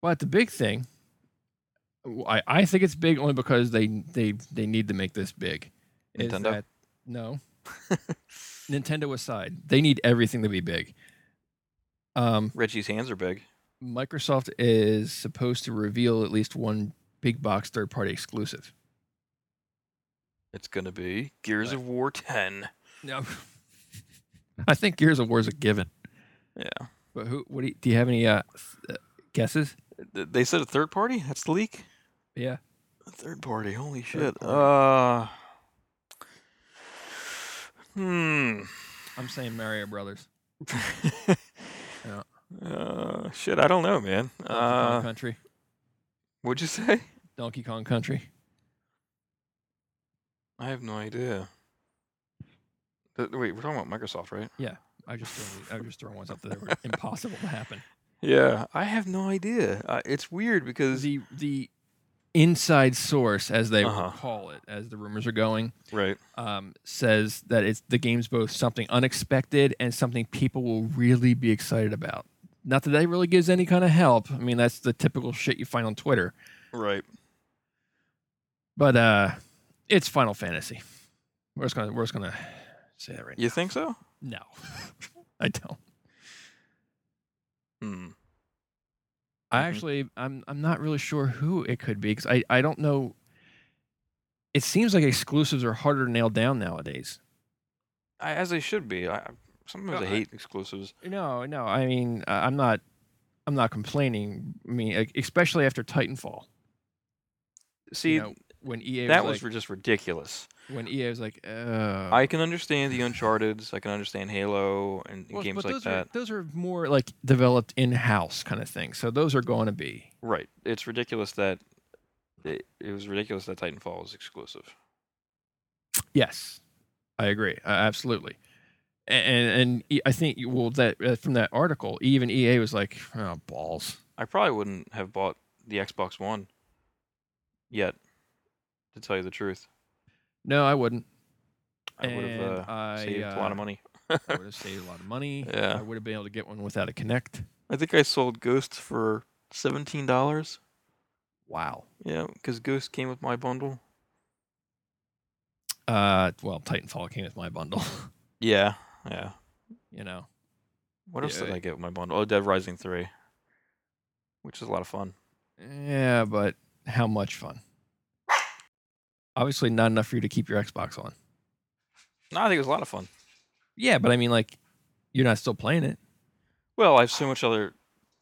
But the big thing, I, I think it's big only because they they they need to make this big. is Nintendo? that- no. Nintendo aside, they need everything to be big. Um, Reggie's hands are big. Microsoft is supposed to reveal at least one big box third party exclusive. It's gonna be Gears Right. of War ten. No. I think Gears of War is a given. Yeah. But who? What do you, do you have any uh, uh, guesses? Th- They said a third party? That's the leak? Yeah. A third party, holy Third shit. Uh Hmm. I'm saying Mario Brothers. Yeah. Uh shit, I don't know, man. Donkey Kong Uh Country. what'd you say? Donkey Kong Country. I have no idea. Th- wait, we're talking about Microsoft, right? I just throw, I just throw ones up that were impossible to happen. Yeah, I have no idea. Uh, it's weird because The the inside source, as they Uh-huh. call it, as the rumors are going, right, um, says that it's the game's both something unexpected and something people will really be excited about. Not that that really gives any kind of help. I mean, that's the typical shit you find on Twitter. right. But uh, it's Final Fantasy. We're just gonna we're just gonna say that right You think so? now. No, I don't. Hmm. I Mhm. actually, I'm I'm not really sure who it could be because I I don't know. It seems like exclusives are harder to nail down nowadays. I, as they should be. I I- sometimes No, I I- hate exclusives. No, no, I mean uh, I'm not I'm not complaining. I mean, e- especially after Titanfall, See, you know, when EA that was, was like, ri- just ridiculous. when EA was like, uh, I can understand the Uncharted's. I can understand Halo and, and Well, games but like those that. Are, those are more like developed in house kind of thing. So those are going to be Right. It's ridiculous that it, it was ridiculous that Titanfall was exclusive. Yes, I agree. Uh, absolutely. A- And and E- I think you- well that uh, from that article, even EA was like, oh, balls. I probably wouldn't have bought the Xbox One yet, to tell you the truth. No, I wouldn't. I would And have uh, I, saved a lot uh, of money. I would have saved a lot of money. Yeah. I would have been able to get one without a Connect. I think I sold Ghost for seventeen dollars. Wow. Yeah, because Ghost came with my bundle. Uh, well, Titanfall came with my bundle. Yeah, yeah. you know, What else did Yeah. I get with my bundle? Oh, Dead Rising three, which is a lot of fun. yeah, but how much fun? Obviously, not enough for you to keep your Xbox on. No, I think it was a lot of fun. Yeah, but I mean, like, you're not still playing it. Well, I have so much other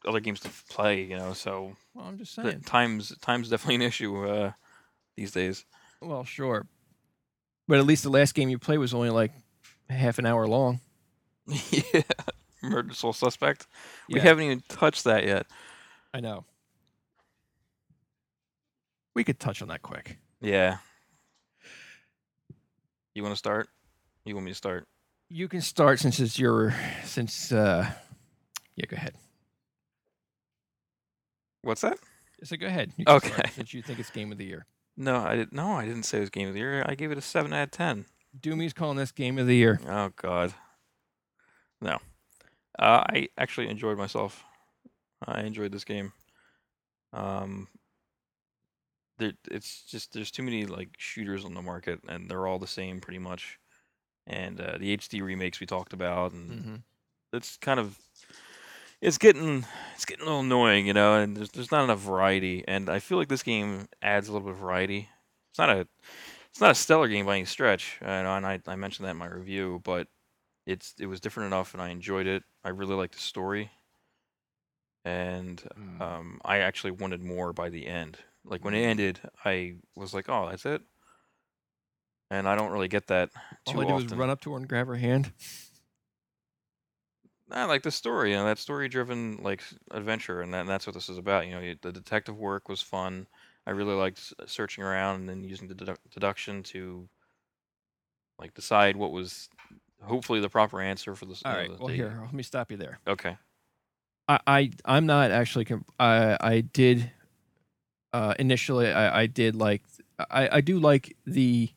other games to play, you know. So Well, I'm just the times times definitely an issue uh, these days. Well, sure. But at least the last game you played was only like half an hour long. yeah, Murder Soul Suspect. We Yeah. haven't even touched that yet. I know. We could touch on that quick. Yeah. You want to start? You want me to start? You can start since it's your since uh yeah, go ahead. What's that? So go ahead. You can start Okay. since you think it's game of the year. No, I did. No, I didn't say it was game of the year. I gave it a seven out of ten. Doomy's calling this game of the year. Oh God. No, uh, I actually enjoyed myself. I enjoyed this game. Um, there, it's just there's too many like shooters on the market, and they're all the same pretty much. And uh, the HD remakes we talked about, and Mm-hmm. it's kind of it's getting it's getting a little annoying, you know, and there's there's not enough variety. And I feel like this game adds a little bit of variety. It's not a it's not a stellar game by any stretch, uh, you know, and I, I mentioned that in my review, but it's it was different enough, and I enjoyed it. I really liked the story, and Mm. um, I actually wanted more by the end. Like when it ended, I was like, "Oh, that's it," and I don't really get that too All I do often. is run up to her and grab her hand. I like the story, you know, that story-driven like s- adventure, and, that, that's what this is about. You know, you, the detective work was fun. I really liked s- searching around and then using the dedu- deduction to like decide what was hopefully the proper answer for this. All you know, right. the- Well, the- here, let me stop you there. Okay. I, I I'm not actually. Comp- I I did uh, initially. I, I did like. I, I do like the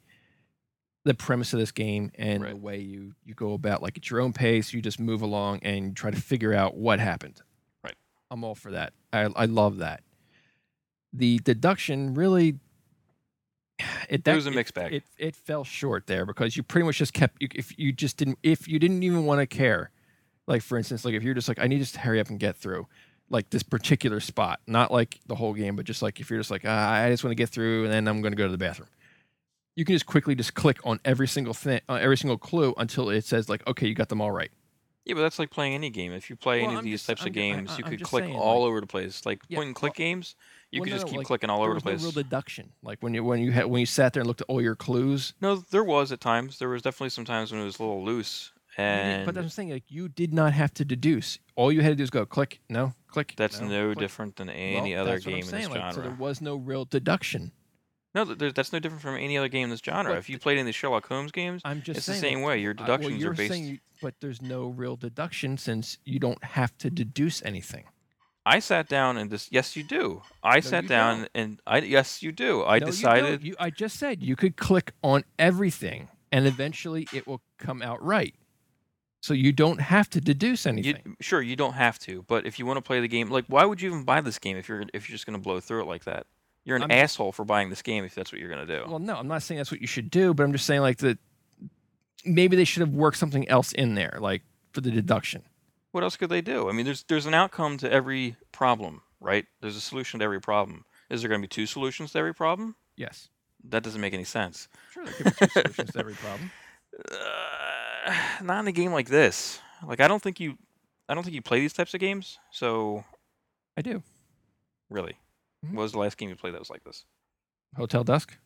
the premise of this game and the Right. way you you go about like at your own pace. You just move along and try to figure out what happened. Right. I'm all for that. I I love that. The deduction really. It, it was a mixed bag. it it fell short there because you pretty much just kept you, if you just didn't if you didn't even want to care like for instance like if you're just like i need to just hurry up and get through like this particular spot not like the whole game but just like if you're just like ah, i just want to get through and then i'm going to go to the bathroom you can just quickly just click on every single thing on every single clue until it says like okay you got them all right yeah, but that's like playing any game. If you play Well, any of I'm these just- types I'm of ju- I- games, I- you I'm could just click saying, all like- over the place. Like Yeah, point and click games, you well, could no, just keep like, clicking all there over the was no place. real deduction like when you when you had when you sat there and looked at all your clues no, there was at times. There was definitely some times when it was a little loose, you didn't- and but that's what i'm saying like you did not have to deduce all you had to do is go click no click that's no, click. different than any Well, other that's what I'm game in this saying, like, genre. So there was no real deduction. No, th- there, that's no different from any other game in this genre. But If you played any of the Sherlock Holmes games, I'm just it's the saying. same like, way. Your I- well, deductions you're are based. saying you- but there's no real deduction since you don't have to deduce anything. I sat down and just yes, you do. I sat you down don't. and I yes, you do. I No, you don't. decided. You, I just said you could click on everything, and eventually it will come out right. So you don't have to deduce You, anything. sure, you don't have to, but if you want to play the game, like why would you even buy this game if you're if you're just gonna blow through it like that? You're an I'm- asshole for buying this game if that's what you're gonna do. well, no, I'm not saying that's what you should do, but I'm just saying like that. Maybe they should have worked something else in there, like for the deduction. what else could they do? I mean, there's there's an outcome to every problem, right? There's a solution to every problem. Is there gonna be two solutions to every problem? Yes. That doesn't make any sense. Sure, there could be two solutions to every problem. Uh, not in a game like this. Like I don't think you, I don't think you play these types of games. So I do. really, Mhm. what was the last game you played that was like this? Hotel Dusk.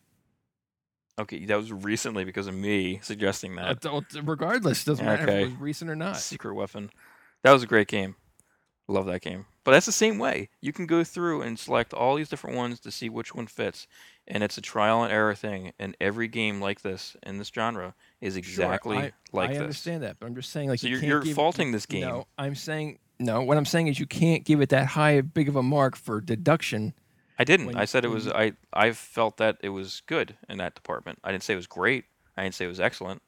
Okay, that was recently because of me suggesting Uh, that d- well, d- regardless, doesn't matter Okay. if it was recent or not. Secret Weapon. That was a great game. Love that game. But that's the same way. You can go through and select all these different ones to see which one fits, and it's a trial and error thing. And every game like this in this genre is exactly I- like I this. understand that, but I'm just saying, like, So you you're, can't you're give, faulting this game. No, I'm saying no. What I'm saying is you can't give it that high of big of a mark for deduction. I didn't. when I said it when was. you- I I felt that it was good in that department. I didn't say it was great. I didn't say it was excellent.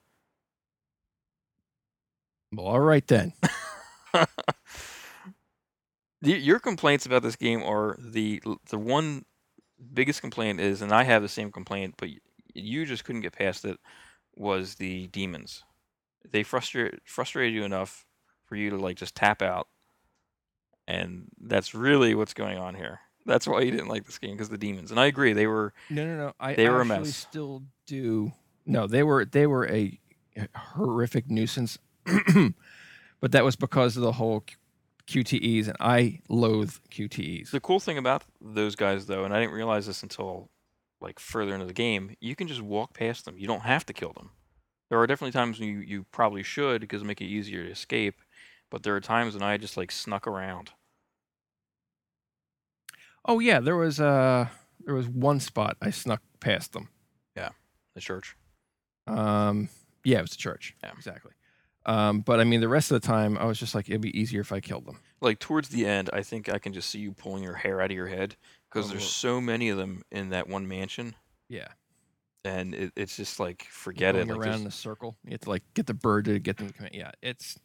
Well, all right then. Y- Your complaints about this game are the the one biggest complaint is, and I have the same complaint, but y- you just couldn't get past it. Was the demons? They frustrate frustrated you enough for you to like just tap out, and that's really what's going on here. That's why you didn't like this game because the demons. And I agree, they were No, no, no. I They were a actually mess. still do. No, they were they were a horrific nuisance, but that was because of the whole Q- QTEs, and I loathe QTEs. The cool thing about those guys, though, and I didn't realize this until like further into the game, you can just walk past them. You don't have to kill them. There are definitely times when you, you probably should because it'll make it easier to escape, but there are times when I just like snuck around. Oh yeah, there was uh there was one spot I snuck past them. The church. Um, yeah, it was a church. Yeah. exactly. Um, but I mean, the rest of the time, I was just like, it'd be easier if I killed them. Like towards the end, I think I can just see you pulling your hair out of your head because Oh, there's Lord. so many of them in that one mansion, Yeah, and it, it's just like forget going it. Like, around there's- in a circle. You have to like get the bird to get them. To come in. Yeah, it's.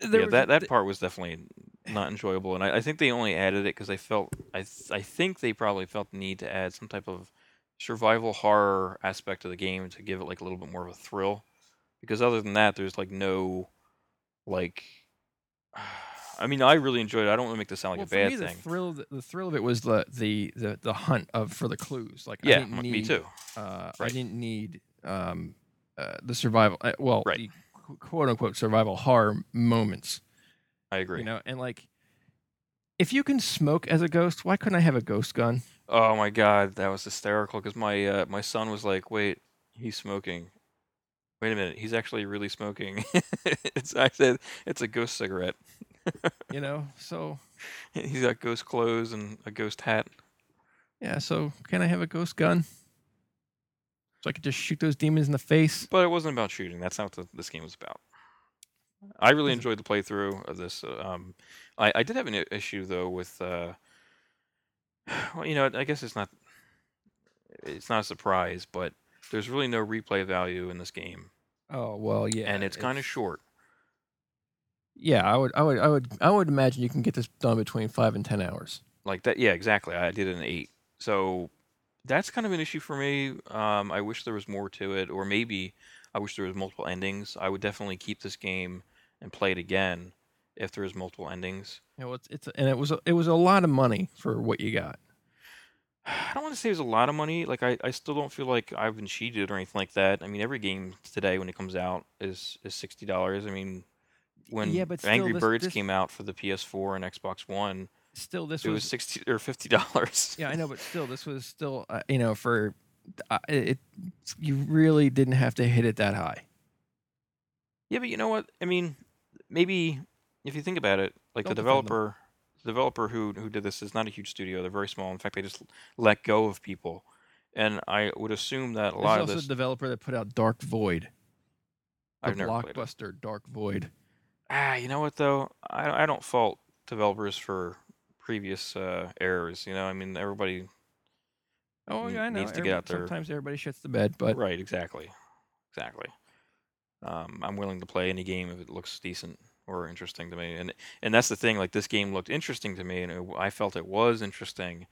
There yeah, was- that that part was definitely not enjoyable, and I, I think they only added it because they felt I th- I think they probably felt the need to add some type of survival horror aspect of the game to give it like a little bit more of a thrill, because other than that, there's like no like. I mean, I really enjoyed it. I don't want to make this sound like well, a bad for me, thing. The thrill, of the, the thrill of it was the, the the the hunt of for the clues. Like I yeah, didn't m- need, me too. Uh, I Right. didn't need um, uh, the survival. Uh, well, Right. the qu- quote unquote survival horror moments. I agree. You know, and like, if you can smoke as a ghost, why couldn't I have a ghost gun? Oh my god, that was hysterical because my uh, my son was like, "Wait, he's smoking. Wait a minute, he's actually really smoking." it's I said it's a ghost cigarette. You know, so He's got ghost clothes and a ghost hat. yeah, so can I have a ghost gun? So I could just shoot those demons in the face. But it wasn't about shooting. That's not what this game was about. I really Wasn't- enjoyed the playthrough of this. uh, Um, I, I did have an i- issue though with, uh, well, you know, I guess it's not it's not a surprise, but there's really no replay value in this game, Oh well, yeah, and it's kind of short. yeah. I would, I would, I would, I would imagine you can get this done between five and ten hours. like that yeah exactly i did an eight so that's kind of an issue for me um, i wish there was more to it or maybe i wish there was multiple endings i would definitely keep this game and play it again if there is multiple endings You know, it's, it's and it was a, it was a lot of money for what you got. i don't want to say it was a lot of money like I, I still don't feel like i've been cheated or anything like that i mean every game today when it comes out is is $60 i mean when Yeah, but still, angry this- birds this- came out for the ps4 and xbox one Still, this it was 60 or $50 yeah, I know, but still, this was still, uh, you know, for uh, it, you really didn't have to hit it that high. Yeah, but you know what? I mean, maybe if you think about it, like the Don't defend them. developer, the developer who who did this is not a huge studio. They're very small. In fact, they just let go of people, and I would assume that a There's lot of also this a developer that put out Dark Void. The I've never played. it. blockbuster Dark Void. Ah, you know what though? I I don't fault developers for previous uh, errors. You know, I mean, everybody. Oh N- yeah, I know. needs to get Everybody- out there. Sometimes everybody shits the bed, but Right, exactly, exactly. Um, I'm willing to play any game if it looks decent or interesting to me, and and that's the thing. Like this game looked interesting to me, and it, w- I felt it was interesting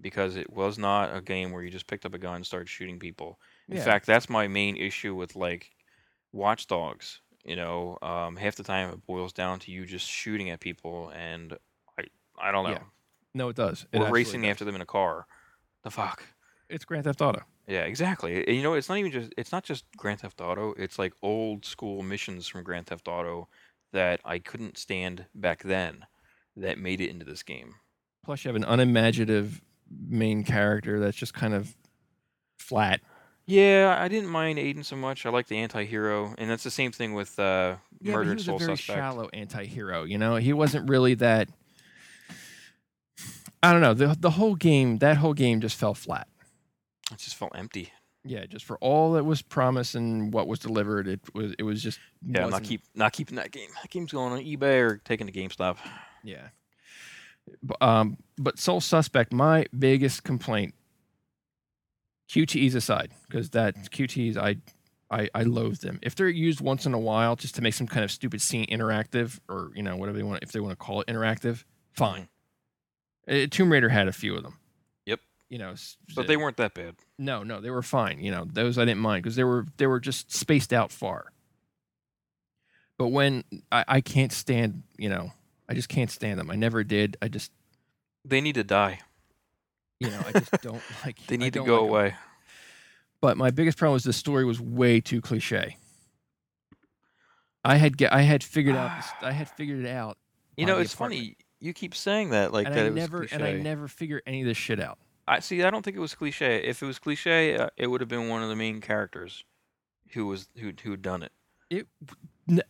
because it was not a game where you just picked up a gun and started shooting people. In yeah. fact, that's my main issue with like Watch Dogs. You know, um, half the time it boils down to you just shooting at people, and I I don't know. Yeah, no, it does. It We're absolutely racing does. after them in a car. The fuck. It's Grand Theft Auto. Yeah, exactly. And you know, it's not even just it's not just Grand Theft Auto. It's like old school missions from Grand Theft Auto that I couldn't stand back then that made it into this game. Plus, you have an unimaginative main character that's just kind of flat. Yeah, I didn't mind Aiden so much. I like the anti-hero, and that's the same thing with uh, Yeah, but he Murdered was Soul a very Suspect. shallow anti-hero. You know, he wasn't really that. I don't know. the The whole game, that whole game, just fell flat. It just felt empty. Yeah, just for all that was promised and what was delivered, it was it was just Yeah, I'm not wasn't- keep not keeping that game. That game's going on eBay or taking to GameStop. Yeah. B- Um, but Soul Suspect, my biggest complaint, QTEs aside, because that QTEs, I, I, I loathe them. If they're used once in a while just to make some kind of stupid scene interactive, or you know whatever they want, if they want to call it interactive, fine. Uh, Tomb Raider had a few of them. Mm-hmm. Yep. You know, s- But they weren't that bad. no, no, they were fine. You know, those I didn't mind because they were they were just spaced out far. But when I, I can't stand, you know, I just can't stand them. I never did. I just, They need to die. you know, I just don't like. They I need to don't go like 'em. away. But my biggest problem was the story was way too cliche. I had ge- I had figured out this- I had figured it out. You by know, the it's apartment. funny. you keep saying that like and that. I it was never and I cliche. never figure any of this shit out. I see. I don't think it was cliche. If it was cliche, uh, it would have been one of the main characters who was who who done it. N-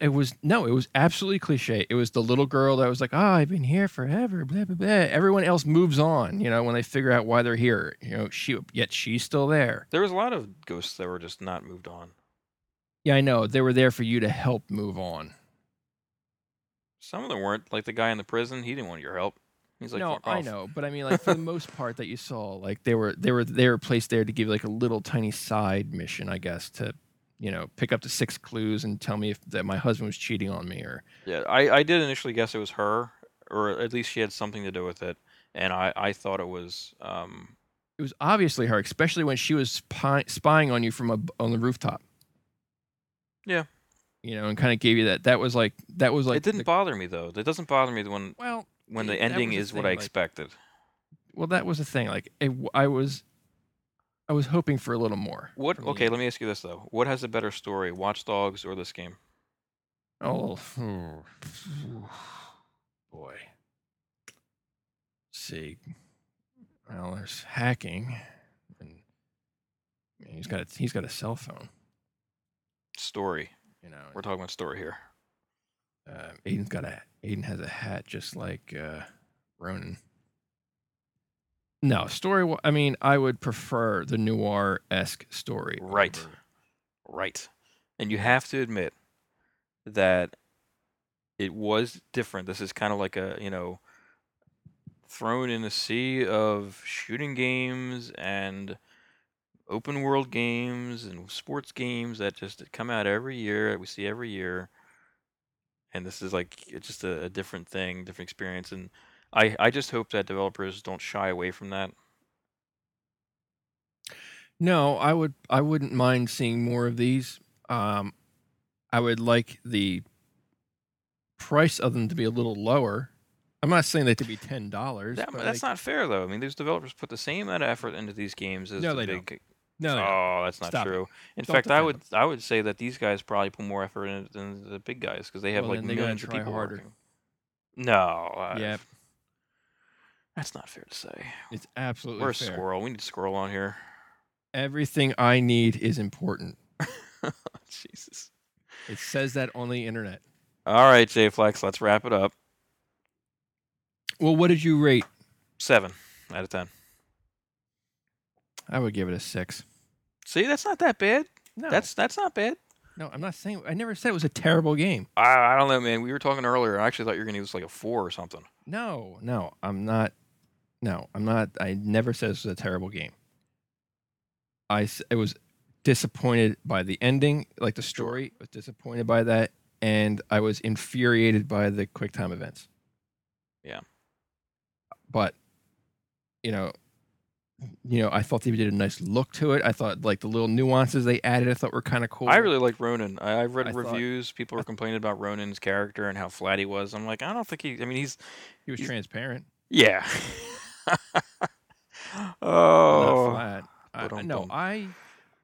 It was no, it was absolutely cliche. It was the little girl that was like, "Oh, I've been here forever." Blah blah blah. Everyone else moves on, you know, when they figure out why they're here. You know, she yet she's still there. There was a lot of ghosts that were just not moved on. Yeah, I know. They were there for you to help move on. Some of them weren't. Like the guy in the prison, he didn't want your help. He's like, no, "Fuck I off." know, but I mean, like for the most part that you saw, like they were they were they were placed there to give like a little tiny side mission, I guess, to you know pick up the six clues and tell me if that my husband was cheating on me or Yeah, I, I did initially guess it was her, or at least she had something to do with it, and I, I thought it was um it was obviously her, especially when she was spy- spying on you from a, on the rooftop. Yeah. you know, and kind of gave you that. That was like that was like it didn't the- bother me though. It doesn't bother me when well, when the That was ending the is what thing, I like- expected. well, that was the thing. Like it, w- I was, I was hoping for a little more. What? from the Okay, end. let me ask you this though: What has a better story, Watch Dogs or this game? Oh, oh, boy. See, well, there's hacking, and and he's got a, he's got a cell phone. Story. You We're know, talking about story here. uh, Aiden's got a Aiden has a hat just like uh, Ronan. No story. wa- I mean, I would prefer the noir esque story. Right. over- Right. And you have to admit that it was different. This is kind of like a, you know, thrown in a sea of shooting games and open world games and sports games that just come out every year, that we see every year. And this is like it's just a, a different thing, different experience. And I, I just hope that developers don't shy away from that. No, I would I wouldn't mind seeing more of these. Um I would like the price of them to be a little lower. I'm not saying they to be ten dollars. That- that's not fair though. I mean, these developers put the same amount of effort into these games as No, the they big don't. no, no, no. Oh, that's not Stop it. true. In Don't fact, I defend would I would say that these guys probably put more effort in it than the big guys because they have Well, like then they gotta millions of try people harder. working. No, I- Yep. that's not fair to say. it's absolutely Oh, We're a fair. squirrel. We need squirrel on here. Everything I need is important. Jesus. It says that on the internet. All right, J Flex, let's wrap it up. Well, what did you rate? Seven out of ten. I would give it a six. See, that's not that bad. No, That's that's not bad. no. I'm not saying. I never said it was a terrible game. I, I don't know, man. We were talking earlier. I actually thought you were gonna give us like a four or something. No, no. I'm not. No, I'm not. I never said this was a terrible game. I s- I was disappointed by the ending, like the story. I was disappointed by that, and I was infuriated by the quick time events. Yeah. But, you know, you know, I thought they did a nice look to it. I thought like the little nuances they added, I thought were kind of cool. I really like Ronan. I, I've read I thought- reviews. People were I- complaining about Ronan's character and how flat he was. I'm like, I don't think he. I mean, he's he was he's- transparent, Yeah. not oh. flat. I, Ba-dum no, bum. I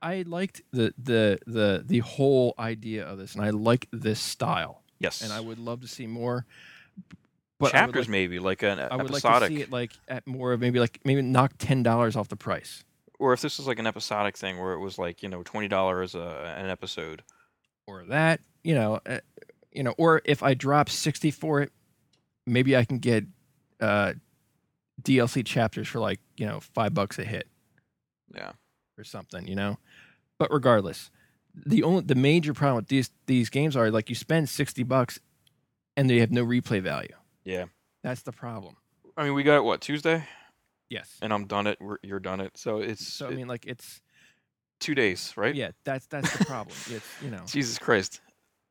I liked the the the the whole idea of this, and I like this style. Yes. and I would love to see more. But Chapters, I would like, maybe like an I would like episodic, to see it like at more of maybe like maybe knock ten dollars off the price or if this was like an episodic thing where it was like you know twenty dollars an episode. or that. You know, uh, you know, or if I drop sixty for it, maybe I can get uh, DLC chapters for like you know five bucks a hit Yeah. or something. You know, but regardless, the only the major problem with these these games are like you spend sixty bucks and they have no replay value. Yeah. That's the problem. I mean, we got it what Tuesday, Yes. and I'm done it. We're, you're done it. So it's So I it- mean, like it's two days, right? yeah, that's that's the problem. It's you know. Jesus Christ!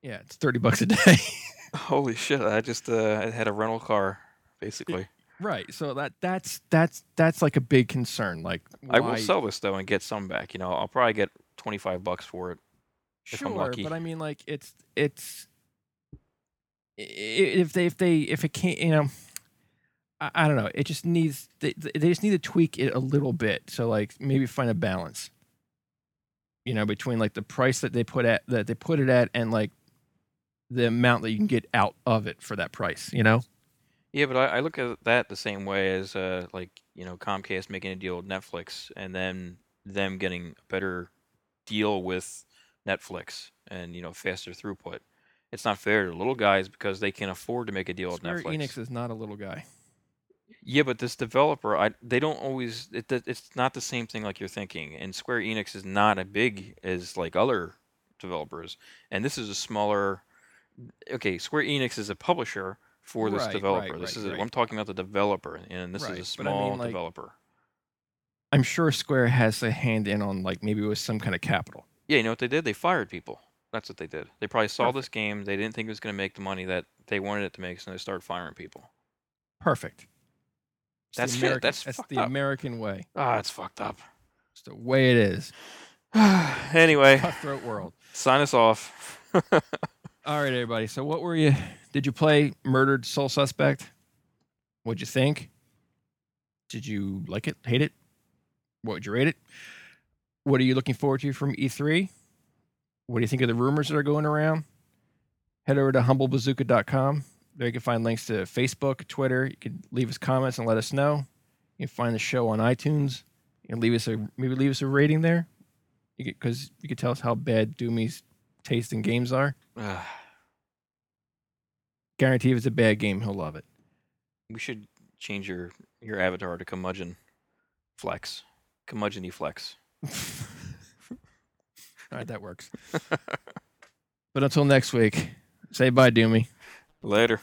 Yeah, it's thirty bucks a day. Holy shit! I just uh, I had a rental car basically. right. So that that's that's that's like a big concern. Like I will why- sell this though and get some back. You know, I'll probably get twenty five bucks for it. if Sure, I'm lucky. but I mean, like it's it's i- i- if they if they if it can't you know. I, I don't know. It just needs they, they they just need to tweak it a little bit. So like maybe find a balance. You know, between like the price that they put at that they put it at and like the amount that you can get out of it for that price, you know? Yeah, but I, I look at that the same way as uh, like you know Comcast making a deal with Netflix, and then them getting a better deal with Netflix, and you know faster throughput. It's not fair to the little guys because they can't afford to make a deal with Square Netflix. Enix is not a little guy. Yeah, but this developer, I they don't always. It, th- it's not the same thing like you're thinking. And Square Enix is not as big as like other developers, and this is a smaller. Okay, Square Enix is a publisher for this Right, right, developer. this right, is right. I'm talking about the developer, and this Right, is a but I mean, small like- developer. I'm sure Square has a hand in on like maybe with some kind of capital. Yeah, you know what they did? They fired people. That's what they did. They probably saw this game. They didn't think it was going to make the money that they wanted it to make, so they started firing people. Perfect. It's the That's it. American, That's fucked the up. American way. Ah, it's fucked up. It's the way it is. anyway, Cutthroat world. sign us off. All right, everybody. So, what were you? Did you play Murdered Soul Suspect? What'd you think? Did you like it? Hate it? What would you rate it? What are you looking forward to from E3? What do you think of the rumors that are going around? Head over to humblebazooka.com. There you can find links to Facebook, Twitter. You can leave us comments and let us know. You can find the show on iTunes. You can leave us a maybe leave us a rating there, because you can tell us how bad Doomy's taste in games are Ah. guarantee if it's a bad game, he'll love it. We should change your your avatar to curmudgeon flex. Curmudgeony flex. All right, that works. but until next week, say bye, Doomy. Later.